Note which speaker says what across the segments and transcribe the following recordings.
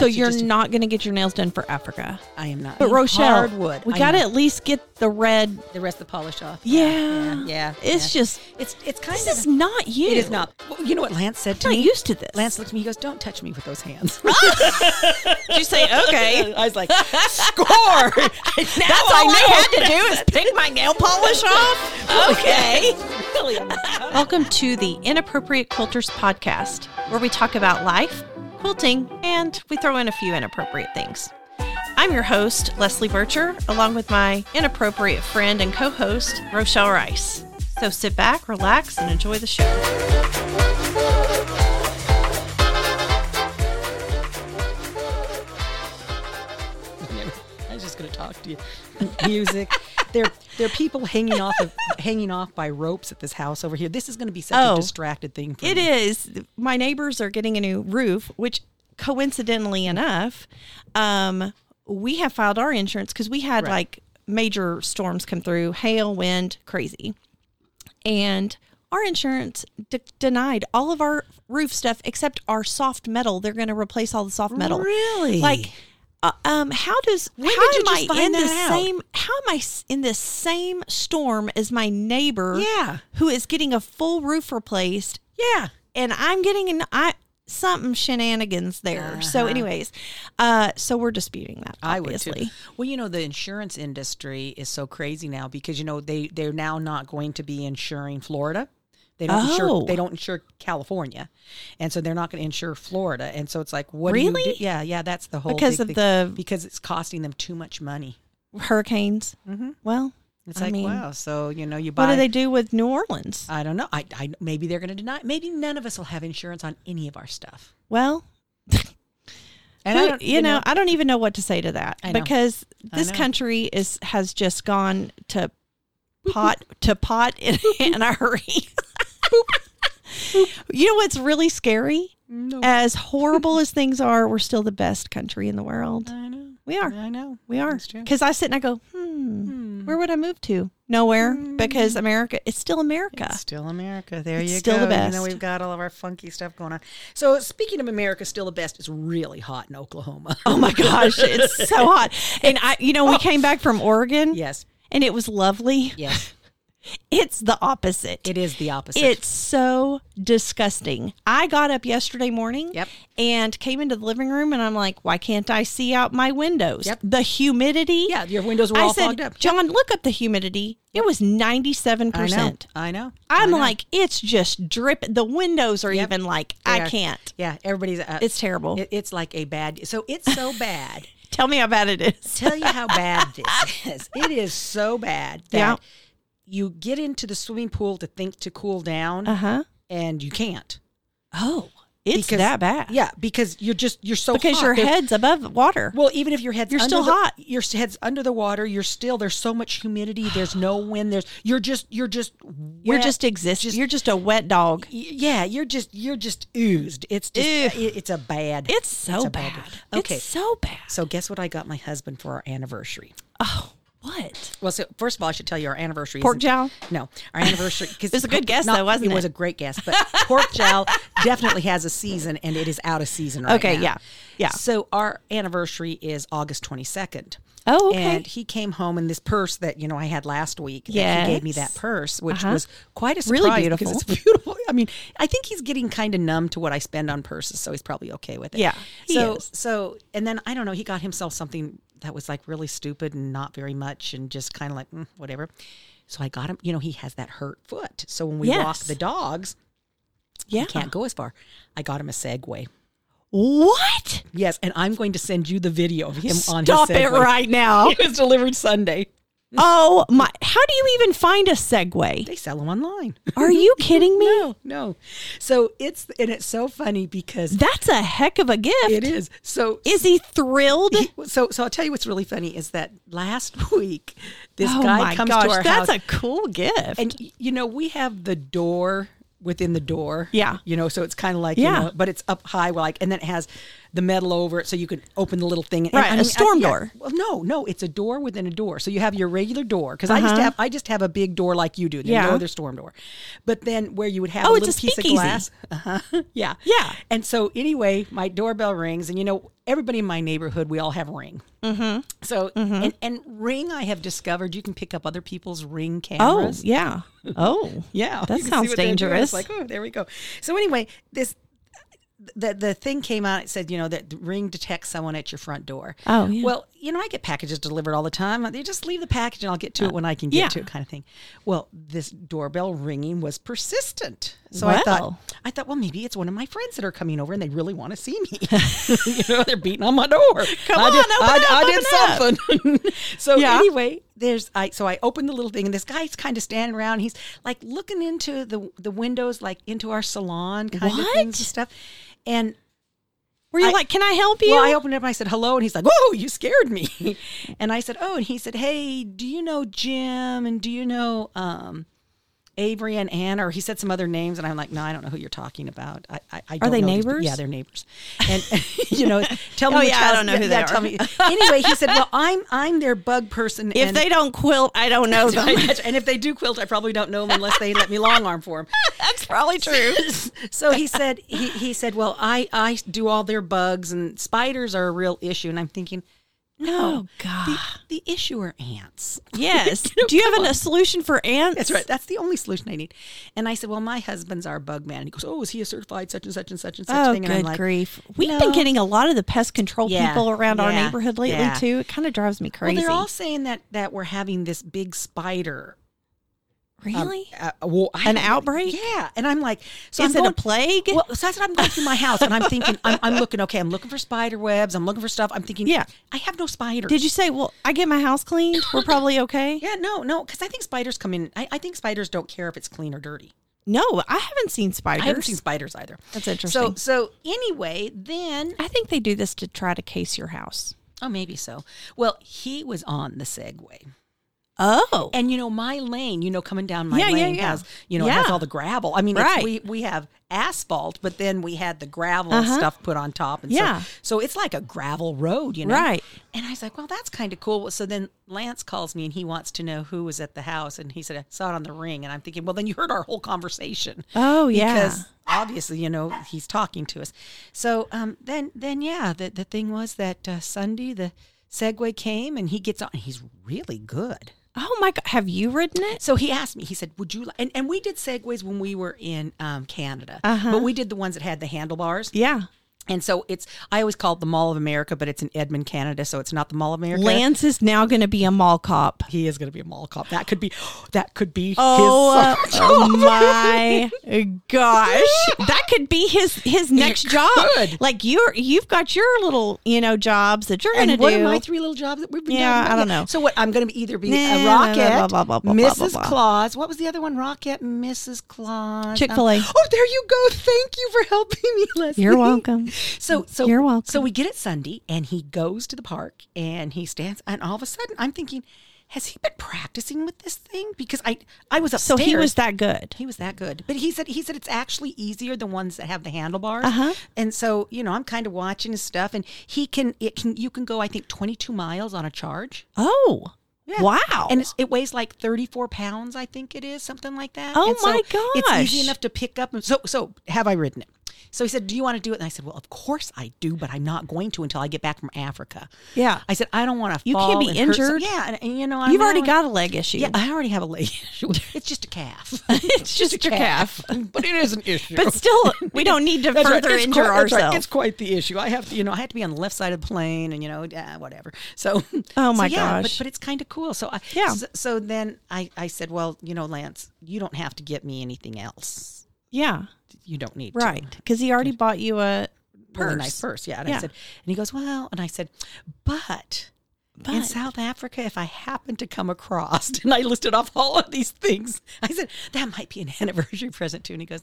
Speaker 1: So
Speaker 2: She
Speaker 1: you're
Speaker 2: just-
Speaker 1: not going to get your nails done for Africa.
Speaker 2: I am not.
Speaker 1: But Rochelle,
Speaker 2: hardwood.
Speaker 1: we
Speaker 2: I
Speaker 1: got to
Speaker 2: know.
Speaker 1: at least get the red.
Speaker 2: The rest of the polish off.
Speaker 1: Yeah.
Speaker 2: Yeah. yeah,
Speaker 1: It's
Speaker 2: yeah.
Speaker 1: just,
Speaker 2: It's it's kind
Speaker 1: this
Speaker 2: of
Speaker 1: is not you.
Speaker 2: It is not. Well, you know what Lance said to
Speaker 1: I'm
Speaker 2: me?
Speaker 1: not used to this.
Speaker 2: Lance looked at me. He goes, "Don't touch me with those hands."
Speaker 1: you say, okay.
Speaker 2: I was like, "Score!" Now
Speaker 1: That's all I had to do is pick my nail polish off. Okay.
Speaker 2: Really?
Speaker 1: Welcome to the Inappropriate Quilters podcast, where we talk about life, quilting, and we throw in a few inappropriate things. I'm your host, Leslie Bircher, along with my inappropriate friend and co host, Rochelle Rice. So sit back, relax, and enjoy the show.
Speaker 2: I was just going to talk to you. Music. There, there are people hanging off of hanging off by ropes at this house over here. This is going to be such
Speaker 1: Oh.
Speaker 2: a distracted thing for
Speaker 1: It
Speaker 2: me.
Speaker 1: is. My neighbors are getting a new roof, which coincidentally enough, um, we have filed our insurance because we had like major storms come through, hail, wind, crazy. And our insurance de- denied all of our roof stuff except our soft metal. They're going to replace all the soft metal.
Speaker 2: Really?
Speaker 1: Like, uh, um, how does
Speaker 2: When
Speaker 1: how
Speaker 2: did you
Speaker 1: am
Speaker 2: just
Speaker 1: I in
Speaker 2: find
Speaker 1: the
Speaker 2: that out?
Speaker 1: same how am I s- in the same storm as my neighbor?
Speaker 2: Yeah.
Speaker 1: who is getting a full roof replaced
Speaker 2: Yeah.
Speaker 1: and I'm getting an I something shenanigans there. So, anyways, uh, so we're disputing that.
Speaker 2: Uh-huh. I would
Speaker 1: obviously.
Speaker 2: too. Well, you know, the insurance industry is so crazy now because you know they they're now not going to be insuring Florida. They don't
Speaker 1: Oh.
Speaker 2: insure they don't insure California. And so they're not going to insure Florida. And so it's like what do you
Speaker 1: Really?
Speaker 2: do? Yeah, yeah, that's the whole
Speaker 1: Because
Speaker 2: big
Speaker 1: of
Speaker 2: thing.
Speaker 1: the-
Speaker 2: because it's costing them too much money.
Speaker 1: Hurricanes.
Speaker 2: Mm-hmm.
Speaker 1: Well,
Speaker 2: It's
Speaker 1: I
Speaker 2: like,
Speaker 1: mean,
Speaker 2: wow, so you know, you buy
Speaker 1: what do they do with New Orleans?
Speaker 2: I don't know. I, I maybe they're going to deny. Maybe none of us will have insurance on any of our stuff.
Speaker 1: Well,
Speaker 2: And
Speaker 1: who-
Speaker 2: I don't,
Speaker 1: you, know, I don't even know what to say to that
Speaker 2: I know.
Speaker 1: because
Speaker 2: I
Speaker 1: this
Speaker 2: know.
Speaker 1: country is has just gone to pot to pot in, in a hurry. you know what's really scary?
Speaker 2: No.
Speaker 1: As horrible as things are, we're still the best country in the world.
Speaker 2: I know.
Speaker 1: We are.
Speaker 2: I know.
Speaker 1: We are.
Speaker 2: That's true.
Speaker 1: Because I sit and I go, hmm, where would I move to? Nowhere. Because America, it's still America.
Speaker 2: Hmm. It's Still America. There
Speaker 1: It's
Speaker 2: you
Speaker 1: still
Speaker 2: go.
Speaker 1: the
Speaker 2: You know,
Speaker 1: best.
Speaker 2: we've got all of our funky stuff going on. So, speaking of America, still the best is really hot in Oklahoma.
Speaker 1: oh my gosh, it's so hot. And I, you
Speaker 2: Oh.
Speaker 1: know, we came back from Oregon
Speaker 2: yes.
Speaker 1: and it was lovely.
Speaker 2: Yes.
Speaker 1: It's the opposite.
Speaker 2: It is the opposite.
Speaker 1: It's so disgusting. I got up yesterday morning
Speaker 2: Yep.
Speaker 1: and came into the living room and I'm like, why can't I see out my windows?
Speaker 2: Yep.
Speaker 1: The humidity.
Speaker 2: yeah, your windows were
Speaker 1: I
Speaker 2: all
Speaker 1: said,
Speaker 2: fogged up.
Speaker 1: John, look up the humidity. It was 97%.
Speaker 2: I know. I know.
Speaker 1: I'm
Speaker 2: I know.
Speaker 1: like, it's just dripping. The windows are even like, I
Speaker 2: Yeah.
Speaker 1: can't.
Speaker 2: Yeah, everybody's. Uh,
Speaker 1: It's terrible.
Speaker 2: it- it's like a bad. So it's so bad.
Speaker 1: Tell me how bad it is.
Speaker 2: tell you how bad this is. It is so bad that
Speaker 1: Yeah.
Speaker 2: you get into the swimming pool to think to cool down
Speaker 1: Uh huh.
Speaker 2: and you can't.
Speaker 1: Oh, it's
Speaker 2: Because-
Speaker 1: that bad.
Speaker 2: Yeah, because you're just you're so
Speaker 1: Because
Speaker 2: hot.
Speaker 1: your
Speaker 2: There's-
Speaker 1: head's above water.
Speaker 2: Well, even if your head's
Speaker 1: You're
Speaker 2: under
Speaker 1: still
Speaker 2: the-
Speaker 1: hot.
Speaker 2: your s- head's under the water, you're still there's so much humidity. There's no wind. There's you're just you're just
Speaker 1: You're
Speaker 2: wet.
Speaker 1: just exist. You're just a wet dog.
Speaker 2: Y- yeah. You're just you're just oozed. It's just
Speaker 1: Ugh.
Speaker 2: it- it's a bad.
Speaker 1: It's so
Speaker 2: a
Speaker 1: bad.
Speaker 2: bad one. Okay.
Speaker 1: It's so bad.
Speaker 2: so guess what I got my husband for our anniversary.
Speaker 1: Oh, what?
Speaker 2: Well, so first of all, I should tell you our anniversary.
Speaker 1: Pork
Speaker 2: isn't-
Speaker 1: jowl?
Speaker 2: No, our anniversary. Cause
Speaker 1: It was a good guess, though, wasn't
Speaker 2: It was
Speaker 1: it?
Speaker 2: a great guess, but pork jowl definitely has a season, and it is out of season right
Speaker 1: Okay,
Speaker 2: now.
Speaker 1: yeah. Yeah.
Speaker 2: So our anniversary is August twenty second.
Speaker 1: Oh, okay.
Speaker 2: And he came home in this purse that you know I had last week. that He gave me that
Speaker 1: Yes.
Speaker 2: purse, which
Speaker 1: Uh-huh.
Speaker 2: was quite a surprise
Speaker 1: Really
Speaker 2: because it's beautiful. I mean, I think he's getting kind of numb to what I spend on purses, so he's probably okay with it.
Speaker 1: Yeah, he
Speaker 2: So
Speaker 1: is.
Speaker 2: so and then I don't know, he got himself something that was like really stupid and not very much and just kind of like mm, whatever. So I got him, you know, he has that hurt foot. So when we walk
Speaker 1: Yes.
Speaker 2: the dogs,
Speaker 1: Yeah.
Speaker 2: he can't go as far. I got him a Segway.
Speaker 1: What?
Speaker 2: Yes, and I'm going to send you the video of him on his
Speaker 1: Stop it
Speaker 2: Segway.
Speaker 1: right now.
Speaker 2: It was delivered Sunday.
Speaker 1: oh, my. How do you even find a Segway?
Speaker 2: They sell them online.
Speaker 1: Are you kidding me?
Speaker 2: No, no. So it's and it's so funny because
Speaker 1: That's a heck of a gift.
Speaker 2: it is. So
Speaker 1: Is he thrilled?
Speaker 2: so so I'll tell you what's really funny is that last week this
Speaker 1: oh,
Speaker 2: guy
Speaker 1: my
Speaker 2: comes
Speaker 1: gosh.
Speaker 2: to our
Speaker 1: that's
Speaker 2: house
Speaker 1: a cool gift.
Speaker 2: and y- you know we have the door within the door.
Speaker 1: Yeah.
Speaker 2: You know, so it's kind of like
Speaker 1: Yeah.
Speaker 2: you know, but it's up high like and then it has the metal over it so you could open the little thing. And,
Speaker 1: Right,
Speaker 2: I
Speaker 1: a
Speaker 2: mean, I-
Speaker 1: storm
Speaker 2: yeah.
Speaker 1: door.
Speaker 2: Well, no, no, it's a door within a door. So you have your regular door because I just have I just have a big door like you do. There's
Speaker 1: Uh-huh. Yeah.
Speaker 2: no other storm door. But then where you would have
Speaker 1: Oh,
Speaker 2: a
Speaker 1: it's a
Speaker 2: little piece of
Speaker 1: speakeasy.
Speaker 2: glass. Uh-huh. yeah.
Speaker 1: Yeah.
Speaker 2: And so anyway, my doorbell rings, and you know everybody in my neighborhood, we all have ring. Mm-hmm. So and, and ring, I have discovered you can pick up other people's ring
Speaker 1: Oh,
Speaker 2: cameras.
Speaker 1: yeah. Oh,
Speaker 2: Yeah,
Speaker 1: That
Speaker 2: you can see
Speaker 1: sounds
Speaker 2: what they're doing.
Speaker 1: dangerous.
Speaker 2: It's Like, oh, there we go. So anyway, this the the thing came out. It said, you know, that the ring detects someone at your front door.
Speaker 1: Oh, yeah.
Speaker 2: well, you know, I get packages delivered all the time. They just leave the package, and I'll get to it when I can get
Speaker 1: yeah.
Speaker 2: to it, kind of thing. Well, this doorbell ringing was persistent, so I
Speaker 1: Wow.
Speaker 2: thought, I thought, well, maybe it's one of my friends that are coming over, and they really want to see me. you know, they're beating on my door. Come I
Speaker 1: on,
Speaker 2: did,
Speaker 1: open
Speaker 2: I,
Speaker 1: up,
Speaker 2: I
Speaker 1: open
Speaker 2: did
Speaker 1: up.
Speaker 2: something something. so
Speaker 1: Yeah.
Speaker 2: anyway, there's I so I opened the little thing and this guy's kind of standing around. He's like looking into the the windows, like into our salon kind of
Speaker 1: What?
Speaker 2: things and stuff. And
Speaker 1: were you
Speaker 2: I-
Speaker 1: like, can I help you?
Speaker 2: well, I opened it up and I said hello, and he's like, "Whoa, you scared me!" and I said, "Oh," and he said, "Hey, do you know Jim? And do you know um, Avery and Anna?" Or he said some other names, and I'm like, "No, I don't know who you're talking about. I, I, I don't
Speaker 1: they
Speaker 2: know these
Speaker 1: neighbors?
Speaker 2: peop- yeah, they're neighbors. And you know, tell me.
Speaker 1: Oh,
Speaker 2: which
Speaker 1: yeah, I
Speaker 2: house-
Speaker 1: don't know who they
Speaker 2: yeah,
Speaker 1: are.
Speaker 2: Tell me. Anyway, he said, "Well, I'm I'm their bug person.
Speaker 1: if
Speaker 2: and
Speaker 1: they don't quilt, I don't know them.
Speaker 2: and if they do quilt, I probably don't know them unless they let me long arm for them."
Speaker 1: That's probably true.
Speaker 2: so he said he, he said well i i do all their bugs and spiders are a real issue and i'm thinking no
Speaker 1: Oh, God.
Speaker 2: the, the issue are ants
Speaker 1: Yes. Do you have an- a solution for ants?
Speaker 2: that's right that's the only solution i need and i said well my husband's our bug man and he goes oh is he a certified such and such and such and such
Speaker 1: Oh,
Speaker 2: thing and
Speaker 1: good grief. We've been
Speaker 2: "No."
Speaker 1: getting a lot of the pest control
Speaker 2: Yeah,
Speaker 1: people around our
Speaker 2: yeah,
Speaker 1: neighborhood lately,
Speaker 2: yeah.
Speaker 1: too. It kind of drives me
Speaker 2: well
Speaker 1: crazy.
Speaker 2: they're all saying that that we're having this big spider um,
Speaker 1: really?
Speaker 2: uh, well, I
Speaker 1: An
Speaker 2: don't-
Speaker 1: outbreak?
Speaker 2: yeah and i'm like so
Speaker 1: Is
Speaker 2: I'm
Speaker 1: it a
Speaker 2: going,
Speaker 1: plague?
Speaker 2: Well, so that's what I'm going through my house, and I'm thinking, I'm, I'm looking. Okay, I'm looking for spider webs. I'm looking for stuff. I'm thinking,
Speaker 1: Yeah.
Speaker 2: I have no spiders.
Speaker 1: Did you say, well, I get my house cleaned? We're probably okay?
Speaker 2: Yeah, no, no, because I think spiders come in. I, I think spiders don't care if it's clean or dirty.
Speaker 1: No, I haven't seen spiders.
Speaker 2: I haven't seen spiders either.
Speaker 1: That's interesting.
Speaker 2: So, so anyway, then
Speaker 1: I think they do this to try to case your house.
Speaker 2: oh, maybe so. Well, he was on the Segway,
Speaker 1: Oh.
Speaker 2: and you know my lane. You know, coming down my
Speaker 1: Yeah, yeah,
Speaker 2: lane
Speaker 1: yeah.
Speaker 2: has you know it has
Speaker 1: Yeah.
Speaker 2: all the gravel. I mean, it's-
Speaker 1: Right.
Speaker 2: we we have asphalt, but then we had the gravel
Speaker 1: Uh-huh.
Speaker 2: stuff put on top, and
Speaker 1: Yeah.
Speaker 2: so, so it's like a gravel road, you know.
Speaker 1: Right.
Speaker 2: And I was like, well, that's kind of cool. So then Lance calls me and he wants to know who was at the house. And he said, I saw it on the ring. And I'm thinking, well, then you heard our whole conversation.
Speaker 1: Oh, yeah.
Speaker 2: Because obviously, you know, he's talking to us. So um, then, then yeah, the, the thing was that uh, Sunday, the Segway came and he gets on. He's really good.
Speaker 1: Oh, my God. Have you ridden it?
Speaker 2: So he asked me, he said, Would you like, and, and we did Segways when we were in um, Canada,
Speaker 1: Uh-huh.
Speaker 2: but we did the ones that had the handlebars.
Speaker 1: Yeah.
Speaker 2: And so it's, I always call it the Mall of America, but it's in Edmond, Canada. So it's not the Mall of America.
Speaker 1: Lance is now going to be a mall cop.
Speaker 2: he is going to be a mall cop. That could be, that could be
Speaker 1: Oh, uh,
Speaker 2: his
Speaker 1: oh
Speaker 2: job.
Speaker 1: my gosh, that could be his his next job.
Speaker 2: could.
Speaker 1: Like you're you've got your little you know jobs that you're going to
Speaker 2: And
Speaker 1: do.
Speaker 2: what are my three little jobs that we've been
Speaker 1: Yeah,
Speaker 2: doing?
Speaker 1: I don't know.
Speaker 2: So what? I'm going to be either be
Speaker 1: Nah,
Speaker 2: a
Speaker 1: blah,
Speaker 2: Rocket,
Speaker 1: blah, blah, blah, blah, blah,
Speaker 2: Mrs.
Speaker 1: blah.
Speaker 2: Claus. What was the other one? Rocket, Mrs. Claus.
Speaker 1: Chick-fil-A.
Speaker 2: Um, oh, there you go. Thank you for helping me, Leslie.
Speaker 1: You're welcome.
Speaker 2: So, so
Speaker 1: You're welcome.
Speaker 2: So we get it Sunday, and he goes to the park, and he stands, and all of a sudden, I'm thinking, has he been practicing with this thing? Because I, I was
Speaker 1: so
Speaker 2: upstairs.
Speaker 1: he was that good.
Speaker 2: He was that good. But he said he said it's actually easier the ones that have the handlebars.
Speaker 1: Uh-huh.
Speaker 2: And so, you know, I'm kind of watching his stuff and he can it can you can go I think 22 miles on a charge.
Speaker 1: Oh, wow.
Speaker 2: And it's, it weighs like 34 pounds I think it is, something like that.
Speaker 1: Oh
Speaker 2: And so
Speaker 1: my
Speaker 2: It's easy
Speaker 1: gosh.
Speaker 2: enough to pick up and so so have I ridden it? So he said, "Do you want to do it?" And I said, "Well, of course I do, but I'm not going to until I get back from Africa."
Speaker 1: Yeah.
Speaker 2: I said, "I don't want to.
Speaker 1: You can't be injured.
Speaker 2: Yeah, and, and, you know, I'm
Speaker 1: you've already
Speaker 2: not-
Speaker 1: got a leg issue.
Speaker 2: Yeah, I already have a leg issue. It's just a calf.
Speaker 1: it's just your calf.
Speaker 2: but it is an issue.
Speaker 1: But still, we don't need to
Speaker 2: That's right.
Speaker 1: further
Speaker 2: It's
Speaker 1: injure
Speaker 2: quite- that's right.
Speaker 1: ourselves.
Speaker 2: It's quite the issue. I have to, you know, I have to be on the left side of the plane, and you know, yeah, whatever. So,
Speaker 1: Oh,
Speaker 2: so,
Speaker 1: my
Speaker 2: yeah, but,
Speaker 1: gosh.
Speaker 2: but it's kind of cool. So, I,
Speaker 1: Yeah.
Speaker 2: So, so then I, I said, well, you know, Lance, you don't have to get me anything else.
Speaker 1: Yeah,
Speaker 2: You don't need to.
Speaker 1: right. Because he already bought you a purse.
Speaker 2: Really nice purse, yeah. And
Speaker 1: Yeah.
Speaker 2: I said, and he goes, well, and I said, but. In
Speaker 1: But-
Speaker 2: South Africa, if I happen to come across, and I listed off all of these things, I said that might be an anniversary present too. And he goes,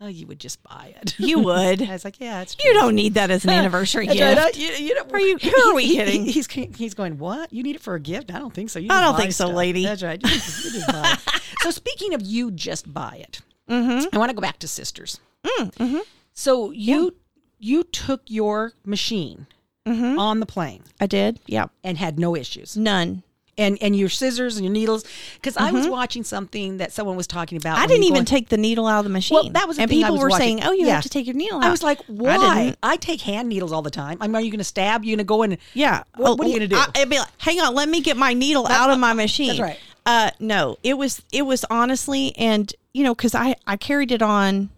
Speaker 2: "Oh, you would just buy it."
Speaker 1: You would.
Speaker 2: I was like, "Yeah, it's
Speaker 1: You don't need that as an anniversary
Speaker 2: That's
Speaker 1: gift.
Speaker 2: right. I- you- you know-
Speaker 1: Are you- who are we
Speaker 2: he-
Speaker 1: kidding?
Speaker 2: he- He's he's going. What you need it for a gift? I don't think so. You
Speaker 1: I
Speaker 2: just
Speaker 1: don't
Speaker 2: buy
Speaker 1: think so,
Speaker 2: stuff."
Speaker 1: lady.
Speaker 2: That's right. You just- you just buy it. so speaking of you,
Speaker 1: Mm-hmm. Mm,
Speaker 2: just buy it. I want to go back to sisters. So you you took your machine
Speaker 1: Mm-hmm.
Speaker 2: on the plane
Speaker 1: I did. Yeah.
Speaker 2: and had no issues
Speaker 1: None.
Speaker 2: and and your scissors and your needles because i was watching something that someone was talking about
Speaker 1: Mm-hmm. I
Speaker 2: when you
Speaker 1: didn't
Speaker 2: go
Speaker 1: even
Speaker 2: in-
Speaker 1: take the needle out of the machine.
Speaker 2: Well, that was the
Speaker 1: and
Speaker 2: thing I
Speaker 1: people
Speaker 2: was
Speaker 1: were
Speaker 2: watching.
Speaker 1: saying, "Oh, you
Speaker 2: Yeah.
Speaker 1: have to take your needle out."
Speaker 2: I was like, why?
Speaker 1: I
Speaker 2: I,
Speaker 1: didn't.
Speaker 2: take hand needles all the time. I'm. Are you going to stab? You going to go in?
Speaker 1: Yeah.
Speaker 2: What,
Speaker 1: Oh,
Speaker 2: what are you going to do?
Speaker 1: I, would be like, hang on, let me get my needle out of my machine.
Speaker 2: right.
Speaker 1: Uh, no, it was it was honestly, and you know, because I I carried it on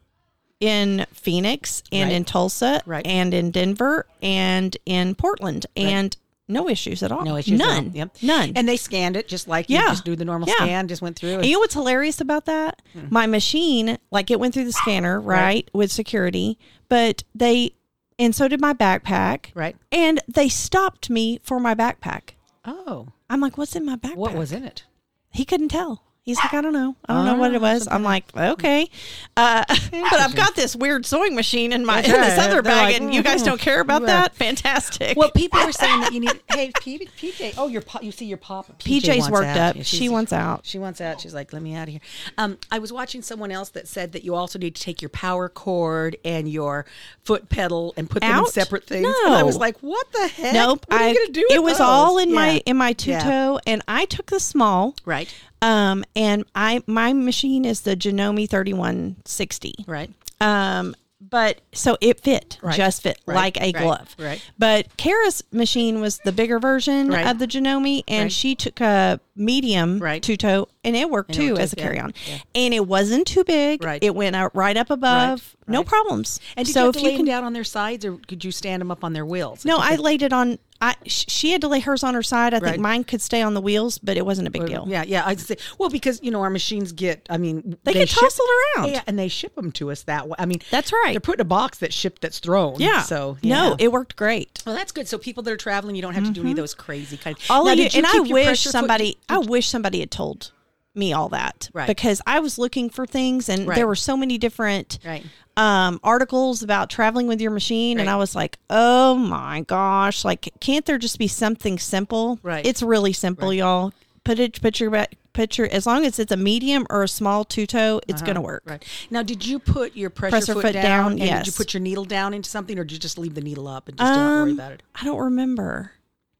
Speaker 1: in Phoenix and
Speaker 2: Right.
Speaker 1: in Tulsa
Speaker 2: Right.
Speaker 1: and in Denver and in Portland and no issues at all.
Speaker 2: no issues. at all.
Speaker 1: None.
Speaker 2: Yep.
Speaker 1: None.
Speaker 2: And they scanned it just like you
Speaker 1: Yeah.
Speaker 2: just do the normal
Speaker 1: Yeah.
Speaker 2: scan. Just went through.
Speaker 1: And
Speaker 2: And,
Speaker 1: you know what's hilarious about that?
Speaker 2: Mm.
Speaker 1: My machine, like it went through the scanner, right, with security, but they, and so did my backpack,
Speaker 2: right.
Speaker 1: and they stopped me for my backpack.
Speaker 2: Oh,
Speaker 1: I'm like, what's in my backpack?
Speaker 2: what was in it?
Speaker 1: He couldn't tell. He's like, I don't know. I don't know what it
Speaker 2: Ah,
Speaker 1: was. I'm like, okay, uh, but I've got this weird sewing machine in my in this
Speaker 2: right.
Speaker 1: other
Speaker 2: They're
Speaker 1: bag,
Speaker 2: like, "Mm-hmm."
Speaker 1: and you guys don't care about
Speaker 2: Yeah.
Speaker 1: that. Fantastic.
Speaker 2: Well, people were saying that you need. Hey, P- PJ. Oh, your pop. You see your pop.
Speaker 1: PJ's
Speaker 2: wants
Speaker 1: worked
Speaker 2: out.
Speaker 1: up.
Speaker 2: Yeah,
Speaker 1: She
Speaker 2: she's-
Speaker 1: wants out.
Speaker 2: She wants out. She's like, let me out of here. Um, I was watching someone else that said that you also need to take your power cord and your foot pedal and put them in
Speaker 1: Out?
Speaker 2: separate things. And I
Speaker 1: No.
Speaker 2: was like, what the heck?
Speaker 1: nope.
Speaker 2: What are
Speaker 1: I-
Speaker 2: you gonna do?
Speaker 1: it
Speaker 2: with
Speaker 1: was
Speaker 2: those?
Speaker 1: all in my
Speaker 2: Yeah.
Speaker 1: in my two
Speaker 2: Yeah.
Speaker 1: toe, and I took the small.
Speaker 2: Right.
Speaker 1: Um, and I my machine is the Janome 3160.
Speaker 2: Right.
Speaker 1: Um, but so it fit,
Speaker 2: Right.
Speaker 1: just fit
Speaker 2: Right.
Speaker 1: like a
Speaker 2: Right.
Speaker 1: glove.
Speaker 2: Right.
Speaker 1: But Kara's machine was the bigger version
Speaker 2: Right.
Speaker 1: of the Janome, and
Speaker 2: Right.
Speaker 1: she took a medium
Speaker 2: Right.
Speaker 1: two toe, and it worked
Speaker 2: it
Speaker 1: too
Speaker 2: worked
Speaker 1: as a
Speaker 2: too, yeah.
Speaker 1: carry on.
Speaker 2: Yeah.
Speaker 1: And it wasn't too big.
Speaker 2: Right.
Speaker 1: It went out right up above. No
Speaker 2: Right.
Speaker 1: problems.
Speaker 2: And did
Speaker 1: so
Speaker 2: you have to
Speaker 1: if
Speaker 2: lay
Speaker 1: you
Speaker 2: them
Speaker 1: can,
Speaker 2: down on their sides, or could you stand them up on their wheels?
Speaker 1: no, I laid it on. I sh- she had to lay hers on her side. I
Speaker 2: Right.
Speaker 1: think mine could stay on the wheels, but it wasn't a big deal.
Speaker 2: Yeah, yeah. I'd say, well, because you know our machines get. I mean,
Speaker 1: They get
Speaker 2: ship-
Speaker 1: tousled around.
Speaker 2: Yeah, and they ship them to us that way. I mean,
Speaker 1: That's right.
Speaker 2: They're put in a box that's shipped that's thrown.
Speaker 1: Yeah.
Speaker 2: So yeah. Mm-hmm.
Speaker 1: no, it worked great.
Speaker 2: Well, that's good. So people that are traveling, you don't have to do any of those crazy kind. Of,
Speaker 1: all
Speaker 2: Now,
Speaker 1: of you,
Speaker 2: did
Speaker 1: and I
Speaker 2: keep your
Speaker 1: wish
Speaker 2: pressure foot-
Speaker 1: somebody I wish somebody had told me all that
Speaker 2: Right.
Speaker 1: because I was looking for things and
Speaker 2: Right.
Speaker 1: there were so many different
Speaker 2: Right.
Speaker 1: um, articles about traveling with your machine and
Speaker 2: Right.
Speaker 1: I was like oh my gosh like can't there just be something simple
Speaker 2: Right.
Speaker 1: it's really simple y'all put it put your back picture as long as it's a medium or a small two toe it's gonna work
Speaker 2: Uh-huh. Right now, did you put your pressure,
Speaker 1: Press your
Speaker 2: foot,
Speaker 1: foot
Speaker 2: down?
Speaker 1: down,
Speaker 2: and Did you
Speaker 1: yes.
Speaker 2: put your needle down into something, or did you just leave the needle up and just don't worry
Speaker 1: Um,
Speaker 2: about it?
Speaker 1: I don't remember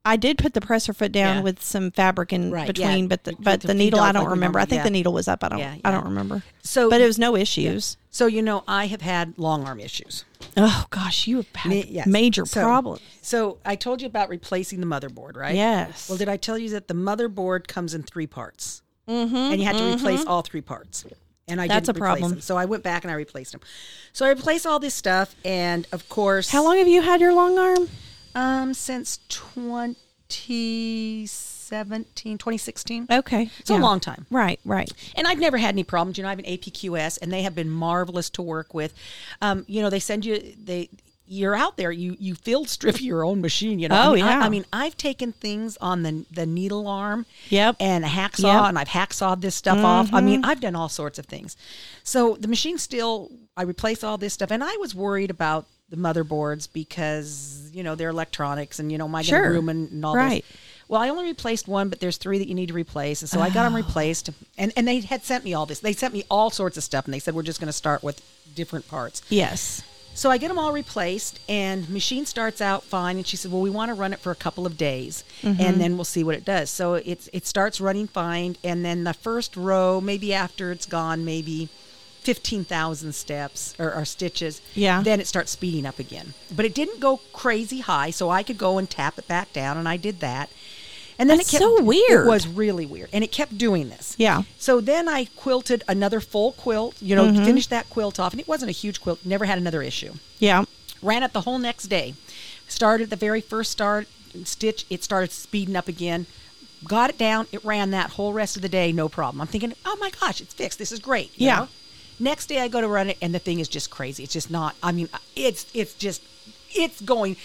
Speaker 1: I did put the presser foot down
Speaker 2: Yeah.
Speaker 1: with some fabric in
Speaker 2: Right, yeah.
Speaker 1: between, but the,
Speaker 2: You
Speaker 1: but
Speaker 2: took
Speaker 1: the
Speaker 2: the
Speaker 1: needle
Speaker 2: feet
Speaker 1: I
Speaker 2: off
Speaker 1: don't
Speaker 2: like you
Speaker 1: remember. I
Speaker 2: normally-
Speaker 1: think the
Speaker 2: yeah.
Speaker 1: needle was up. I don't.
Speaker 2: Yeah,
Speaker 1: I
Speaker 2: yeah.
Speaker 1: don't remember.
Speaker 2: So-
Speaker 1: but it was no issues.
Speaker 2: So you know, I have had long arm issues.
Speaker 1: Oh gosh, you have had
Speaker 2: Me- yes.
Speaker 1: major
Speaker 2: So-
Speaker 1: problems.
Speaker 2: So I told you about replacing the motherboard, right?
Speaker 1: Yes.
Speaker 2: Well, did I tell you that the motherboard comes in three parts, mm-hmm, and you had to replace all three parts? And I
Speaker 1: That's
Speaker 2: didn't
Speaker 1: a
Speaker 2: replace
Speaker 1: problem.
Speaker 2: them. So I went back and I replaced them. So I replaced all this stuff, and of course,
Speaker 1: How long have you had your long arm?
Speaker 2: Um, since 2017, 2016.
Speaker 1: Okay,
Speaker 2: It's a long time.
Speaker 1: Right, right.
Speaker 2: And I've never had any problems. You know, I have an APQS, and they have been marvelous to work with. Um, you know, they send you they. You're out there. You you field strip your own machine. You know. I
Speaker 1: Oh,
Speaker 2: mean, I,
Speaker 1: yeah.
Speaker 2: I mean, I've taken things on the the needle arm.
Speaker 1: Yep.
Speaker 2: And a hacksaw,
Speaker 1: Yep. Mm-hmm.
Speaker 2: and I've hacksawed this stuff off. I mean, I've done all sorts of things. So the machine still. I replace all this stuff, and I was worried about the motherboards because you know they're electronics, and you know, am I going to
Speaker 1: Sure.
Speaker 2: ruin and all
Speaker 1: Right.
Speaker 2: this? Well, I only replaced one, but there's three that you need to replace, and so I got
Speaker 1: Oh.
Speaker 2: them replaced. And and they had sent me all this. They sent me all sorts of stuff, and they said we're just going to start with different parts.
Speaker 1: Yes.
Speaker 2: So I get them all replaced, and machine starts out fine. And she said, "Well, we want to run it for a couple of days,
Speaker 1: Mm-hmm.
Speaker 2: and then we'll see what it does." So it's it starts running fine, and then the first row, maybe after it's gone, maybe fifteen thousand steps or, or stitches,
Speaker 1: Yeah.
Speaker 2: then it starts speeding up again. But it didn't go crazy high, so I could go and tap it back down, and I did that. And then
Speaker 1: That's
Speaker 2: it kept
Speaker 1: so weird.
Speaker 2: It was really weird, and it kept doing this.
Speaker 1: Yeah.
Speaker 2: So then I quilted another full quilt, you know,
Speaker 1: Mm-hmm.
Speaker 2: finished that quilt off, and it wasn't a huge quilt, never had another issue.
Speaker 1: Yeah.
Speaker 2: Ran it the whole next day. Started the very first start stitch, it started speeding up again. Got it down, it ran that whole rest of the day, no problem. I'm thinking, oh my gosh, it's fixed. This is great. you
Speaker 1: Yeah.
Speaker 2: know? Next day I go to run it, and the thing is just crazy. It's just not. I mean, it's it's just it's going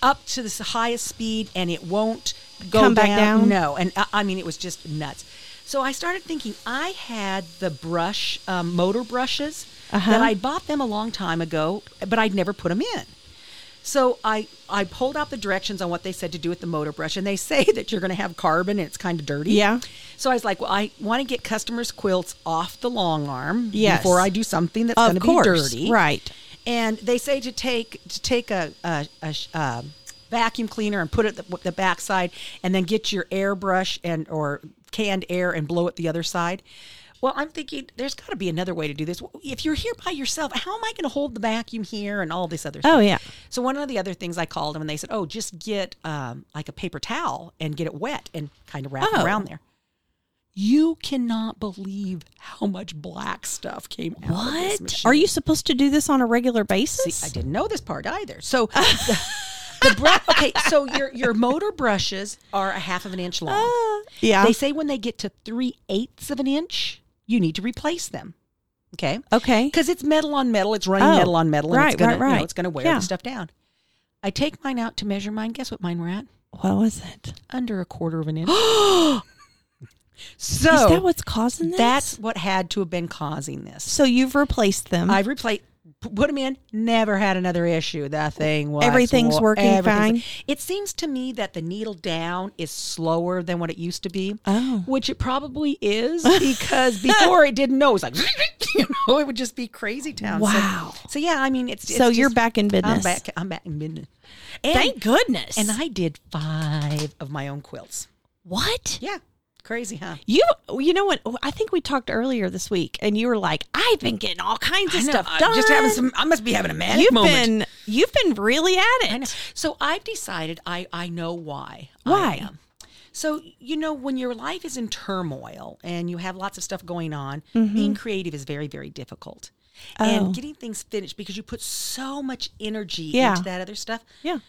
Speaker 2: up to the highest speed, and it won't go
Speaker 1: Come back down?
Speaker 2: No, no, and I, I mean it was just nuts. So I started thinking I had the brush um, motor brushes
Speaker 1: Uh-huh.
Speaker 2: that I bought them a long time ago, but I'd never put them in. So I I pulled out the directions on what they said to do with the motor brush, and they say that you're going to have carbon and it's kind of dirty.
Speaker 1: Yeah.
Speaker 2: So I was like, well, I want to get customers' quilts off the long arm
Speaker 1: Yes.
Speaker 2: before I do something that's
Speaker 1: Of
Speaker 2: going to be
Speaker 1: course.
Speaker 2: dirty.
Speaker 1: Right.
Speaker 2: and they say to take to take a a, a, sh- a vacuum cleaner and put it the, the backside, and then get your airbrush and or canned air and blow it the other side. Well, I'm thinking there's got to be another way to do this. If you're here by yourself, how am I going to hold the vacuum here and all this other stuff?
Speaker 1: Oh, yeah.
Speaker 2: So one of the other things I called them and they said, "Oh, just get um, like a paper towel and get it wet and kind of wrap it
Speaker 1: Oh.
Speaker 2: around there." You cannot believe how much black stuff came out. of this
Speaker 1: What?
Speaker 2: machine.
Speaker 1: Are you supposed to do this on a regular basis?
Speaker 2: I didn't know this part either. So the, the brush. Okay, so your your motor brushes are a half of an inch long.
Speaker 1: Uh, yeah.
Speaker 2: They say when they get to three eighths of an inch, you need to replace them. Okay.
Speaker 1: okay.
Speaker 2: Because it's metal on metal, it's running
Speaker 1: Oh,
Speaker 2: metal on metal, and
Speaker 1: right,
Speaker 2: it's
Speaker 1: right,
Speaker 2: gonna, you know,
Speaker 1: right.
Speaker 2: it's gonna wear
Speaker 1: Yeah.
Speaker 2: the stuff down. I take mine out to measure mine. Guess what mine were at?
Speaker 1: What was it?
Speaker 2: Under a quarter of an inch.
Speaker 1: Is
Speaker 2: so
Speaker 1: that what's causing this?
Speaker 2: that's what had to have been causing this.
Speaker 1: so you've replaced them.
Speaker 2: I've replaced, put them in, never had another issue. That thing was
Speaker 1: Everything's
Speaker 2: wa-
Speaker 1: working fine?
Speaker 2: It seems to me that the needle down is slower than what it used to be.
Speaker 1: Oh.
Speaker 2: which it probably is because before it didn't know. It was like you know, it would just be crazy town. So-
Speaker 1: Wow.
Speaker 2: So, yeah, I mean, it's, it's
Speaker 1: so you're
Speaker 2: just-
Speaker 1: back in business.
Speaker 2: I'm back. I'm back in business. And,
Speaker 1: Thank goodness.
Speaker 2: and I did five of my own quilts.
Speaker 1: what?
Speaker 2: Yeah, crazy, huh?
Speaker 1: You you know what? I think we talked earlier this week, and you were like, "I've been getting all kinds of stuff done."
Speaker 2: I'm uh, just having some. I must be having a manic
Speaker 1: You've
Speaker 2: moment.
Speaker 1: been you've been really at it.
Speaker 2: I know. So I've decided I I know why. I
Speaker 1: Why?
Speaker 2: am. So you know when your life is in turmoil and you have lots of stuff going on, being creative is very very difficult.
Speaker 1: Mm-hmm. Oh.
Speaker 2: And getting things finished because you put so much energy
Speaker 1: Yeah.
Speaker 2: into that other stuff.
Speaker 1: Yeah.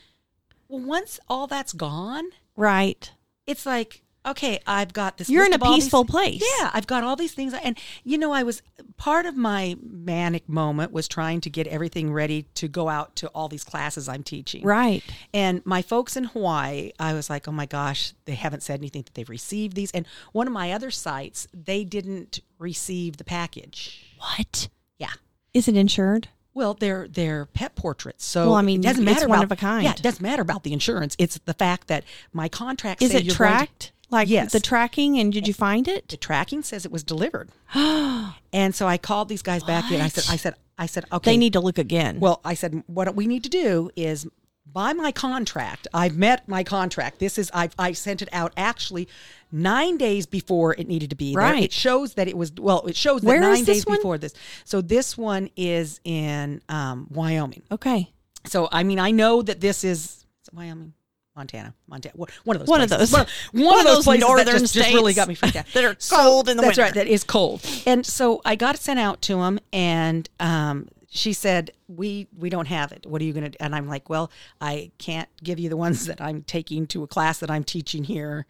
Speaker 2: Well, once all that's gone,
Speaker 1: Right.
Speaker 2: it's like okay, I've got this.
Speaker 1: You're in
Speaker 2: list
Speaker 1: a
Speaker 2: of all these-
Speaker 1: peaceful place.
Speaker 2: Yeah, I've got all these things, and you know, I was part of my manic moment was trying to get everything ready to go out to all these classes I'm teaching.
Speaker 1: Right.
Speaker 2: And my folks in Hawaii, I was like, oh my gosh, they haven't said anything that they've received these. And one of my other sites, they didn't receive the package.
Speaker 1: What?
Speaker 2: Yeah.
Speaker 1: Is it insured?
Speaker 2: Well, they're they're pet portraits, so
Speaker 1: Well, I mean,
Speaker 2: it doesn't
Speaker 1: it's
Speaker 2: matter
Speaker 1: one
Speaker 2: about,
Speaker 1: of a kind.
Speaker 2: Yeah, it doesn't matter about the insurance. It's the fact that my contract
Speaker 1: Is
Speaker 2: say
Speaker 1: it
Speaker 2: you're going to-
Speaker 1: tracked? like
Speaker 2: Yes.
Speaker 1: the tracking, and did you find
Speaker 2: the
Speaker 1: it?
Speaker 2: tracking says it was delivered, and so I called these guys back and I said, I said, I said, okay,
Speaker 1: They need to look again.
Speaker 2: Well, I said, what we need to do is by my contract, I've met my contract. This is, I've, I sent it out actually nine days before it needed to be. there.
Speaker 1: Right.
Speaker 2: It shows that it was, well, it shows that
Speaker 1: Where is
Speaker 2: nine
Speaker 1: this
Speaker 2: days
Speaker 1: one?
Speaker 2: before this. So this one is in um, Wyoming.
Speaker 1: okay.
Speaker 2: So, I mean, I know that this is, is it Wyoming. Montana, Montana, one one of those,
Speaker 1: One of
Speaker 2: places.
Speaker 1: those.
Speaker 2: one, one
Speaker 1: One
Speaker 2: of
Speaker 1: of
Speaker 2: those,
Speaker 1: those
Speaker 2: places that
Speaker 1: northern
Speaker 2: just, just really
Speaker 1: states
Speaker 2: got me freaked out.
Speaker 1: that are
Speaker 2: So,
Speaker 1: cold in the
Speaker 2: That's
Speaker 1: winter.
Speaker 2: right, that is cold. And so I got it sent out to him, and um, she said, "We we don't have it. What are you gonna?" do? And I'm like, "Well, I can't give you the ones that I'm taking to a class that I'm teaching here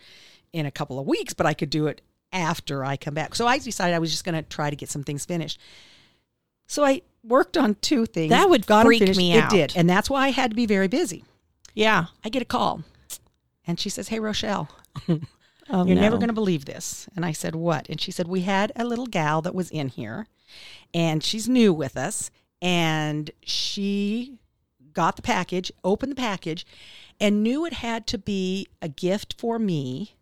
Speaker 2: in a couple of weeks, but I could do it after I come back." So I decided I was just gonna try to get some things finished. So I worked on two things
Speaker 1: That would
Speaker 2: got 'em
Speaker 1: freak
Speaker 2: finished.
Speaker 1: me out.
Speaker 2: It did, and that's why I had to be very busy.
Speaker 1: Yeah.
Speaker 2: I get a call and she says, Hey, Rochelle,
Speaker 1: Oh,
Speaker 2: you're never
Speaker 1: no.
Speaker 2: going to believe this. And I said, What? And she said, We had a little gal that was in here and she's new with us. And she got the package, opened the package, and knew it had to be a gift for me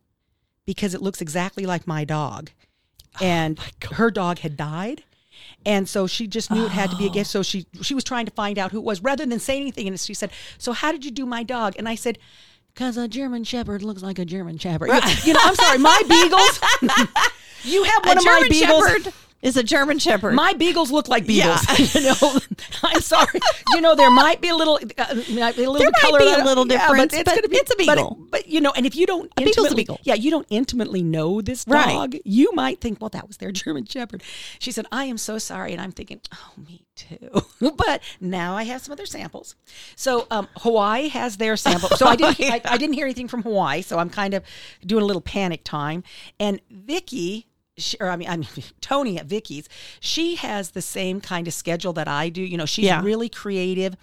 Speaker 2: because it looks exactly like my dog.
Speaker 1: Oh
Speaker 2: And her dog had died. And so she just knew it had to
Speaker 1: Oh.
Speaker 2: be a gift. So she she was trying to find out who it was rather than say anything. And she said, So how did you do my dog? And I said, Because a German Shepherd looks like a German Shepherd. You- you know, I'm sorry, my beagles. you have one
Speaker 1: a
Speaker 2: of
Speaker 1: German
Speaker 2: my beagles.
Speaker 1: Shepherd is a German Shepherd.
Speaker 2: My beagles look like
Speaker 1: Yeah.
Speaker 2: beagles. you know, I'm sorry. You know, there might be a little, uh, might be a little
Speaker 1: There might
Speaker 2: color
Speaker 1: be
Speaker 2: that-
Speaker 1: a little difference, but
Speaker 2: gonna
Speaker 1: it's a
Speaker 2: but it-
Speaker 1: beagle.
Speaker 2: But, you know, and if you don't
Speaker 1: beagle's a
Speaker 2: intimately,
Speaker 1: beagle.
Speaker 2: yeah, you don't intimately know this
Speaker 1: Right.
Speaker 2: dog, you might think, well, that was their German Shepherd. She said, I am so sorry, and I'm thinking, oh, me too. but now I have some other samples. So um, Hawaii has their sample. So I
Speaker 1: Oh,
Speaker 2: didn't, I, I didn't hear anything from Hawaii. So I'm kind of doing a little panic time. And Vicky she, or I mean, I mean, Tony at Vicky's, she has the same kind of schedule that I do. You know, she's
Speaker 1: Yeah.
Speaker 2: really creative.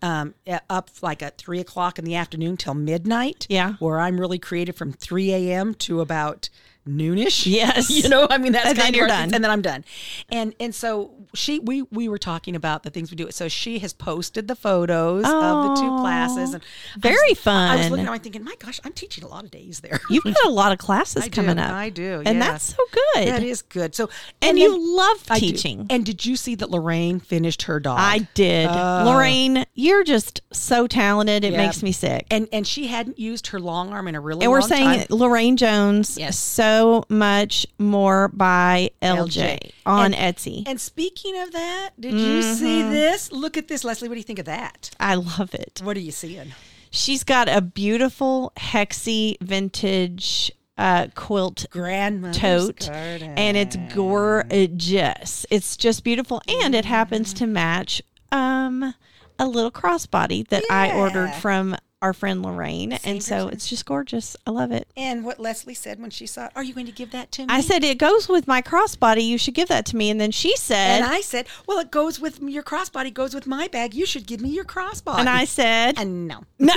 Speaker 2: Um, uh, up like at three o'clock in the afternoon till midnight.
Speaker 1: Yeah.
Speaker 2: where I'm really creative from three a.m. to about noonish.
Speaker 1: Yes.
Speaker 2: you know, I mean that's
Speaker 1: And then
Speaker 2: kind
Speaker 1: you're
Speaker 2: of
Speaker 1: done.
Speaker 2: and then I'm done. And and so she we we were talking about the things we do. So she has posted the photos of the two
Speaker 1: Oh,
Speaker 2: classes and I was-
Speaker 1: Very fun.
Speaker 2: I was looking at my thinking, my gosh, I'm teaching a lot of days there.
Speaker 1: You've got a lot of classes
Speaker 2: I do,
Speaker 1: coming up.
Speaker 2: I do,
Speaker 1: And
Speaker 2: yeah.
Speaker 1: that's so good.
Speaker 2: That is good. So
Speaker 1: and,
Speaker 2: then-
Speaker 1: you love
Speaker 2: I do.
Speaker 1: teaching.
Speaker 2: And did you see that Lorraine finished her dog?
Speaker 1: I did.
Speaker 2: Oh.
Speaker 1: Lorraine, you're just so talented. It
Speaker 2: Yeah.
Speaker 1: makes me sick.
Speaker 2: and and she hadn't used her long arm in a really
Speaker 1: And we're
Speaker 2: long
Speaker 1: saying
Speaker 2: time.
Speaker 1: Lorraine Jones
Speaker 2: Yes.
Speaker 1: so much more by LJ,
Speaker 2: LJ.
Speaker 1: on Etsy. Mm-hmm.
Speaker 2: And speaking of that, did you see this? Look at this, Leslie. What do you think of that?
Speaker 1: I love it.
Speaker 2: What are you seeing?
Speaker 1: She's got a beautiful hexy vintage uh, quilt
Speaker 2: Grandma
Speaker 1: tote and it's gorgeous. It's just beautiful and it happens
Speaker 2: Mm.
Speaker 1: to match um a little crossbody that I ordered
Speaker 2: Yeah.
Speaker 1: from our friend Lorraine and so it's just gorgeous. I love it.
Speaker 2: and what Leslie said when she saw it. Are you going to give that to me?
Speaker 1: I said it goes with my crossbody. You should give that to me and then she said
Speaker 2: and I said, well, it goes with your crossbody. Goes with my bag. You should give me your crossbody.
Speaker 1: and I said
Speaker 2: and no,
Speaker 1: no,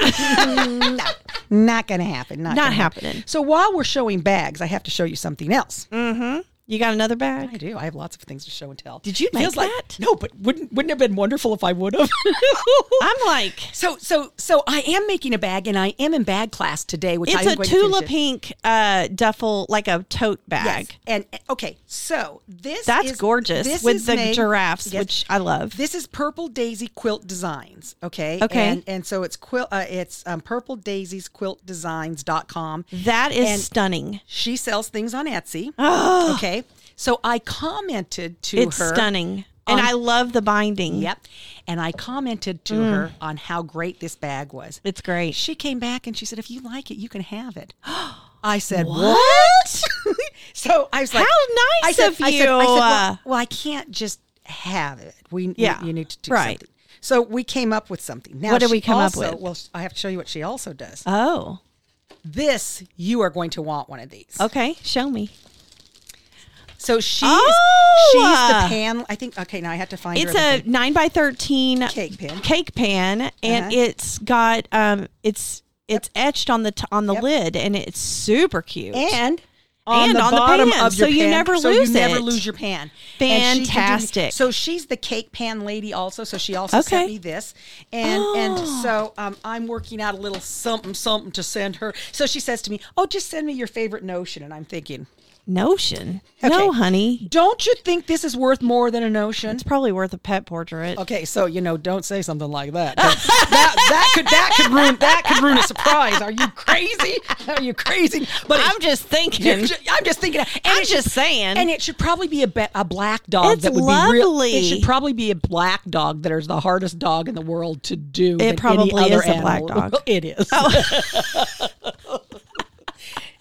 Speaker 2: no, not going to happen. Not,
Speaker 1: not
Speaker 2: gonna
Speaker 1: happening.
Speaker 2: So while we're showing bags, I have to show you something else.
Speaker 1: You got another bag?
Speaker 2: I do. I have lots of things to show and tell.
Speaker 1: Did you
Speaker 2: Feels
Speaker 1: make that?
Speaker 2: No, but wouldn't wouldn't it have been wonderful if I would have.
Speaker 1: I'm like
Speaker 2: so so so I am making a bag, and I am in bag class today, which
Speaker 1: it's
Speaker 2: I'm
Speaker 1: a
Speaker 2: going to finish
Speaker 1: Tula
Speaker 2: it.
Speaker 1: pink uh, duffel, like a tote bag.
Speaker 2: Yes. And okay, so this
Speaker 1: That's
Speaker 2: is-
Speaker 1: gorgeous
Speaker 2: this
Speaker 1: with
Speaker 2: is
Speaker 1: the
Speaker 2: made-
Speaker 1: giraffes,
Speaker 2: yes.
Speaker 1: which I love.
Speaker 2: This is Purple Daisy Quilt Designs, okay?
Speaker 1: Okay.
Speaker 2: And, and so it's quilt uh, it's um, purple daisies quilt designs.com.
Speaker 1: that is
Speaker 2: and-
Speaker 1: stunning.
Speaker 2: She sells things on Etsy.
Speaker 1: Oh,
Speaker 2: Okay. So I commented to
Speaker 1: it's
Speaker 2: her
Speaker 1: stunning. And
Speaker 2: on-
Speaker 1: I love the binding.
Speaker 2: Yep. And I commented to
Speaker 1: Mm.
Speaker 2: her on how great this bag was.
Speaker 1: It's great.
Speaker 2: She came back and she said, "If you like it, you can have it." I said, "What?"
Speaker 1: What?
Speaker 2: so I was like,
Speaker 1: How nice
Speaker 2: I said,
Speaker 1: of
Speaker 2: I said, I said,
Speaker 1: you,
Speaker 2: well,
Speaker 1: uh,
Speaker 2: well, I can't just have it. We, we-
Speaker 1: Yeah,
Speaker 2: you need to do
Speaker 1: right.
Speaker 2: something. So we came up with something. Now
Speaker 1: What did
Speaker 2: she
Speaker 1: we come up
Speaker 2: also-
Speaker 1: with?
Speaker 2: Well, sh- I have to show you what she also does.
Speaker 1: Oh,
Speaker 2: This you are going to want one of these.
Speaker 1: okay. Show me.
Speaker 2: So she's
Speaker 1: Oh,
Speaker 2: she's
Speaker 1: uh,
Speaker 2: the pan. I think. Okay, now I have to find. her
Speaker 1: It's
Speaker 2: everything.
Speaker 1: a nine by thirteen
Speaker 2: Cake pan.
Speaker 1: Cake pan, and
Speaker 2: Uh-huh.
Speaker 1: it's got um, it's it's etched on the t- on the lid, and it's super cute.
Speaker 2: and
Speaker 1: And on the
Speaker 2: bottom
Speaker 1: pan,
Speaker 2: of your
Speaker 1: so you
Speaker 2: pan,
Speaker 1: never
Speaker 2: so
Speaker 1: lose
Speaker 2: you never
Speaker 1: it.
Speaker 2: lose your pan. And she can do-
Speaker 1: Fantastic.
Speaker 2: so she's the cake pan lady also. So she also
Speaker 1: Okay. Oh.
Speaker 2: sent me this, and and so um, I'm working out a little something something to send her. So she says to me, "Oh, just send me your favorite notion." And I'm thinking,
Speaker 1: Notion. No,
Speaker 2: Okay.
Speaker 1: honey,
Speaker 2: don't you think this is worth more than a notion?
Speaker 1: it's probably worth a pet portrait.
Speaker 2: Okay, so you know, don't say something like that. That, that could that could ruin that could ruin a surprise. Are you crazy? Are you crazy? But it-
Speaker 1: I'm just
Speaker 2: You're
Speaker 1: thinking.
Speaker 2: ju- I'm just thinking. And
Speaker 1: I'm
Speaker 2: it should-
Speaker 1: just saying.
Speaker 2: And it should probably be a be- a black dog
Speaker 1: It's
Speaker 2: that would be real.
Speaker 1: lovely.
Speaker 2: It should probably be a black dog that is the hardest dog in the world to do. than any
Speaker 1: probably
Speaker 2: other
Speaker 1: is a black
Speaker 2: animal.
Speaker 1: dog. Oh.
Speaker 2: It is.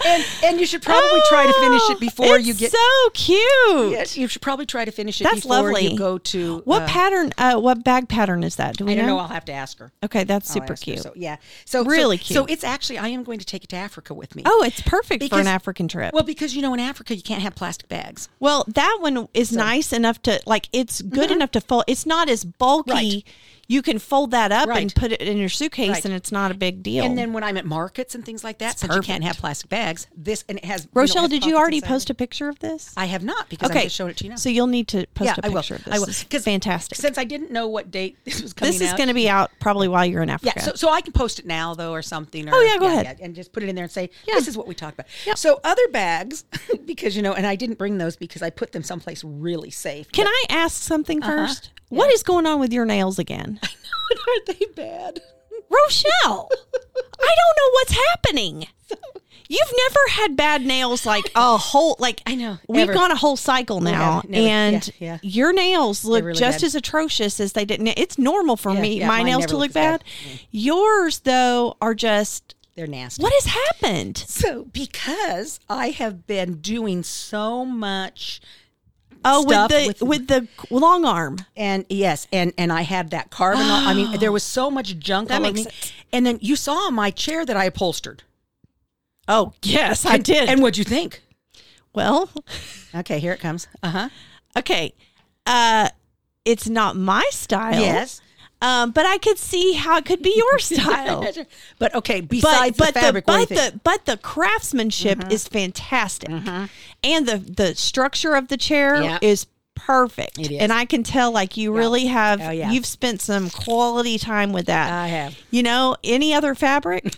Speaker 2: and and you should probably try to finish
Speaker 1: Oh,
Speaker 2: it before
Speaker 1: it's
Speaker 2: you get.
Speaker 1: so cute.
Speaker 2: Yes, you should probably try to finish it
Speaker 1: That's
Speaker 2: before
Speaker 1: lovely.
Speaker 2: you go to
Speaker 1: What
Speaker 2: uh,
Speaker 1: pattern? Uh, what bag pattern is that? Do we
Speaker 2: I don't know. I'll have to ask her.
Speaker 1: Okay, that's
Speaker 2: I'll
Speaker 1: super
Speaker 2: ask her.
Speaker 1: cute.
Speaker 2: Oh, So yeah, so so-
Speaker 1: Really
Speaker 2: So
Speaker 1: cute.
Speaker 2: it's actually I am going to take it to Africa with me.
Speaker 1: Oh, it's perfect for an
Speaker 2: Because-
Speaker 1: African trip.
Speaker 2: Well, because you know in Africa you can't have plastic bags.
Speaker 1: Well, that one is nice enough to like. It's good enough to fold. It's not as bulky.
Speaker 2: Mm-hmm. Right.
Speaker 1: You can fold that up and
Speaker 2: Right.
Speaker 1: put it in your suitcase,
Speaker 2: Right.
Speaker 1: and it's not a big deal.
Speaker 2: And then when I'm at markets and things like that, since you
Speaker 1: perfect.
Speaker 2: can't have plastic bags, this and it has. you know, it
Speaker 1: Rochelle,
Speaker 2: has
Speaker 1: did you
Speaker 2: pockets
Speaker 1: already
Speaker 2: inside.
Speaker 1: post a picture of this?
Speaker 2: I have not because I'm just showing it to you now.
Speaker 1: So you'll need to post
Speaker 2: yeah,
Speaker 1: a
Speaker 2: I will.
Speaker 1: picture of this.
Speaker 2: I will.
Speaker 1: This is fantastic.
Speaker 2: Since I didn't know what date this was coming
Speaker 1: This is
Speaker 2: out.
Speaker 1: going to be out probably while you're in Africa.
Speaker 2: Yeah, so, so I can post it now though, or something. Or,
Speaker 1: Oh, yeah, go ahead.
Speaker 2: and just put it in there and say this is what we talked about. So other bags, because you know, and I didn't bring those because I put them someplace really safe.
Speaker 1: can I ask something
Speaker 2: Uh-huh.
Speaker 1: 1st What is going on with your nails again,
Speaker 2: But aren't they bad?
Speaker 1: Rochelle? I don't know what's happening. You've never had bad nails like a whole like
Speaker 2: I know,
Speaker 1: We've
Speaker 2: never.
Speaker 1: gone a whole cycle now,
Speaker 2: never, yeah,
Speaker 1: and
Speaker 2: yeah.
Speaker 1: your nails look
Speaker 2: really
Speaker 1: just
Speaker 2: bad.
Speaker 1: as atrocious as they did. Now, It's normal for
Speaker 2: Yeah,
Speaker 1: me
Speaker 2: yeah,
Speaker 1: my
Speaker 2: mine
Speaker 1: nails
Speaker 2: never
Speaker 1: to
Speaker 2: look
Speaker 1: look
Speaker 2: as
Speaker 1: bad.
Speaker 2: bad.
Speaker 1: Yours though are just
Speaker 2: They're nasty.
Speaker 1: what has happened?
Speaker 2: So because I have been doing so much
Speaker 1: Oh, with
Speaker 2: Stuff
Speaker 1: the with,
Speaker 2: with-
Speaker 1: the long arm.
Speaker 2: And yes, and and I had that carbon. I mean, there was so much junk
Speaker 1: That
Speaker 2: all over
Speaker 1: makes
Speaker 2: me.
Speaker 1: sense.
Speaker 2: And then you saw my chair that I upholstered.
Speaker 1: Oh yes, I did.
Speaker 2: And what'd you think? Uh-huh.
Speaker 1: well,
Speaker 2: Okay, here it comes. Uh huh.
Speaker 1: okay, uh, it's not my style.
Speaker 2: Yes.
Speaker 1: Um, but I could see how it could be your style.
Speaker 2: But okay,
Speaker 1: but
Speaker 2: besides
Speaker 1: but
Speaker 2: the fabric,
Speaker 1: but
Speaker 2: what do you think? Mm-hmm.
Speaker 1: the but the craftsmanship is fantastic, and the the structure of the chair
Speaker 2: Yep.
Speaker 1: is perfect.
Speaker 2: It is.
Speaker 1: And I can tell like you really have
Speaker 2: Oh, yeah.
Speaker 1: you've spent some quality time with that.
Speaker 2: I have.
Speaker 1: You know, any other fabric,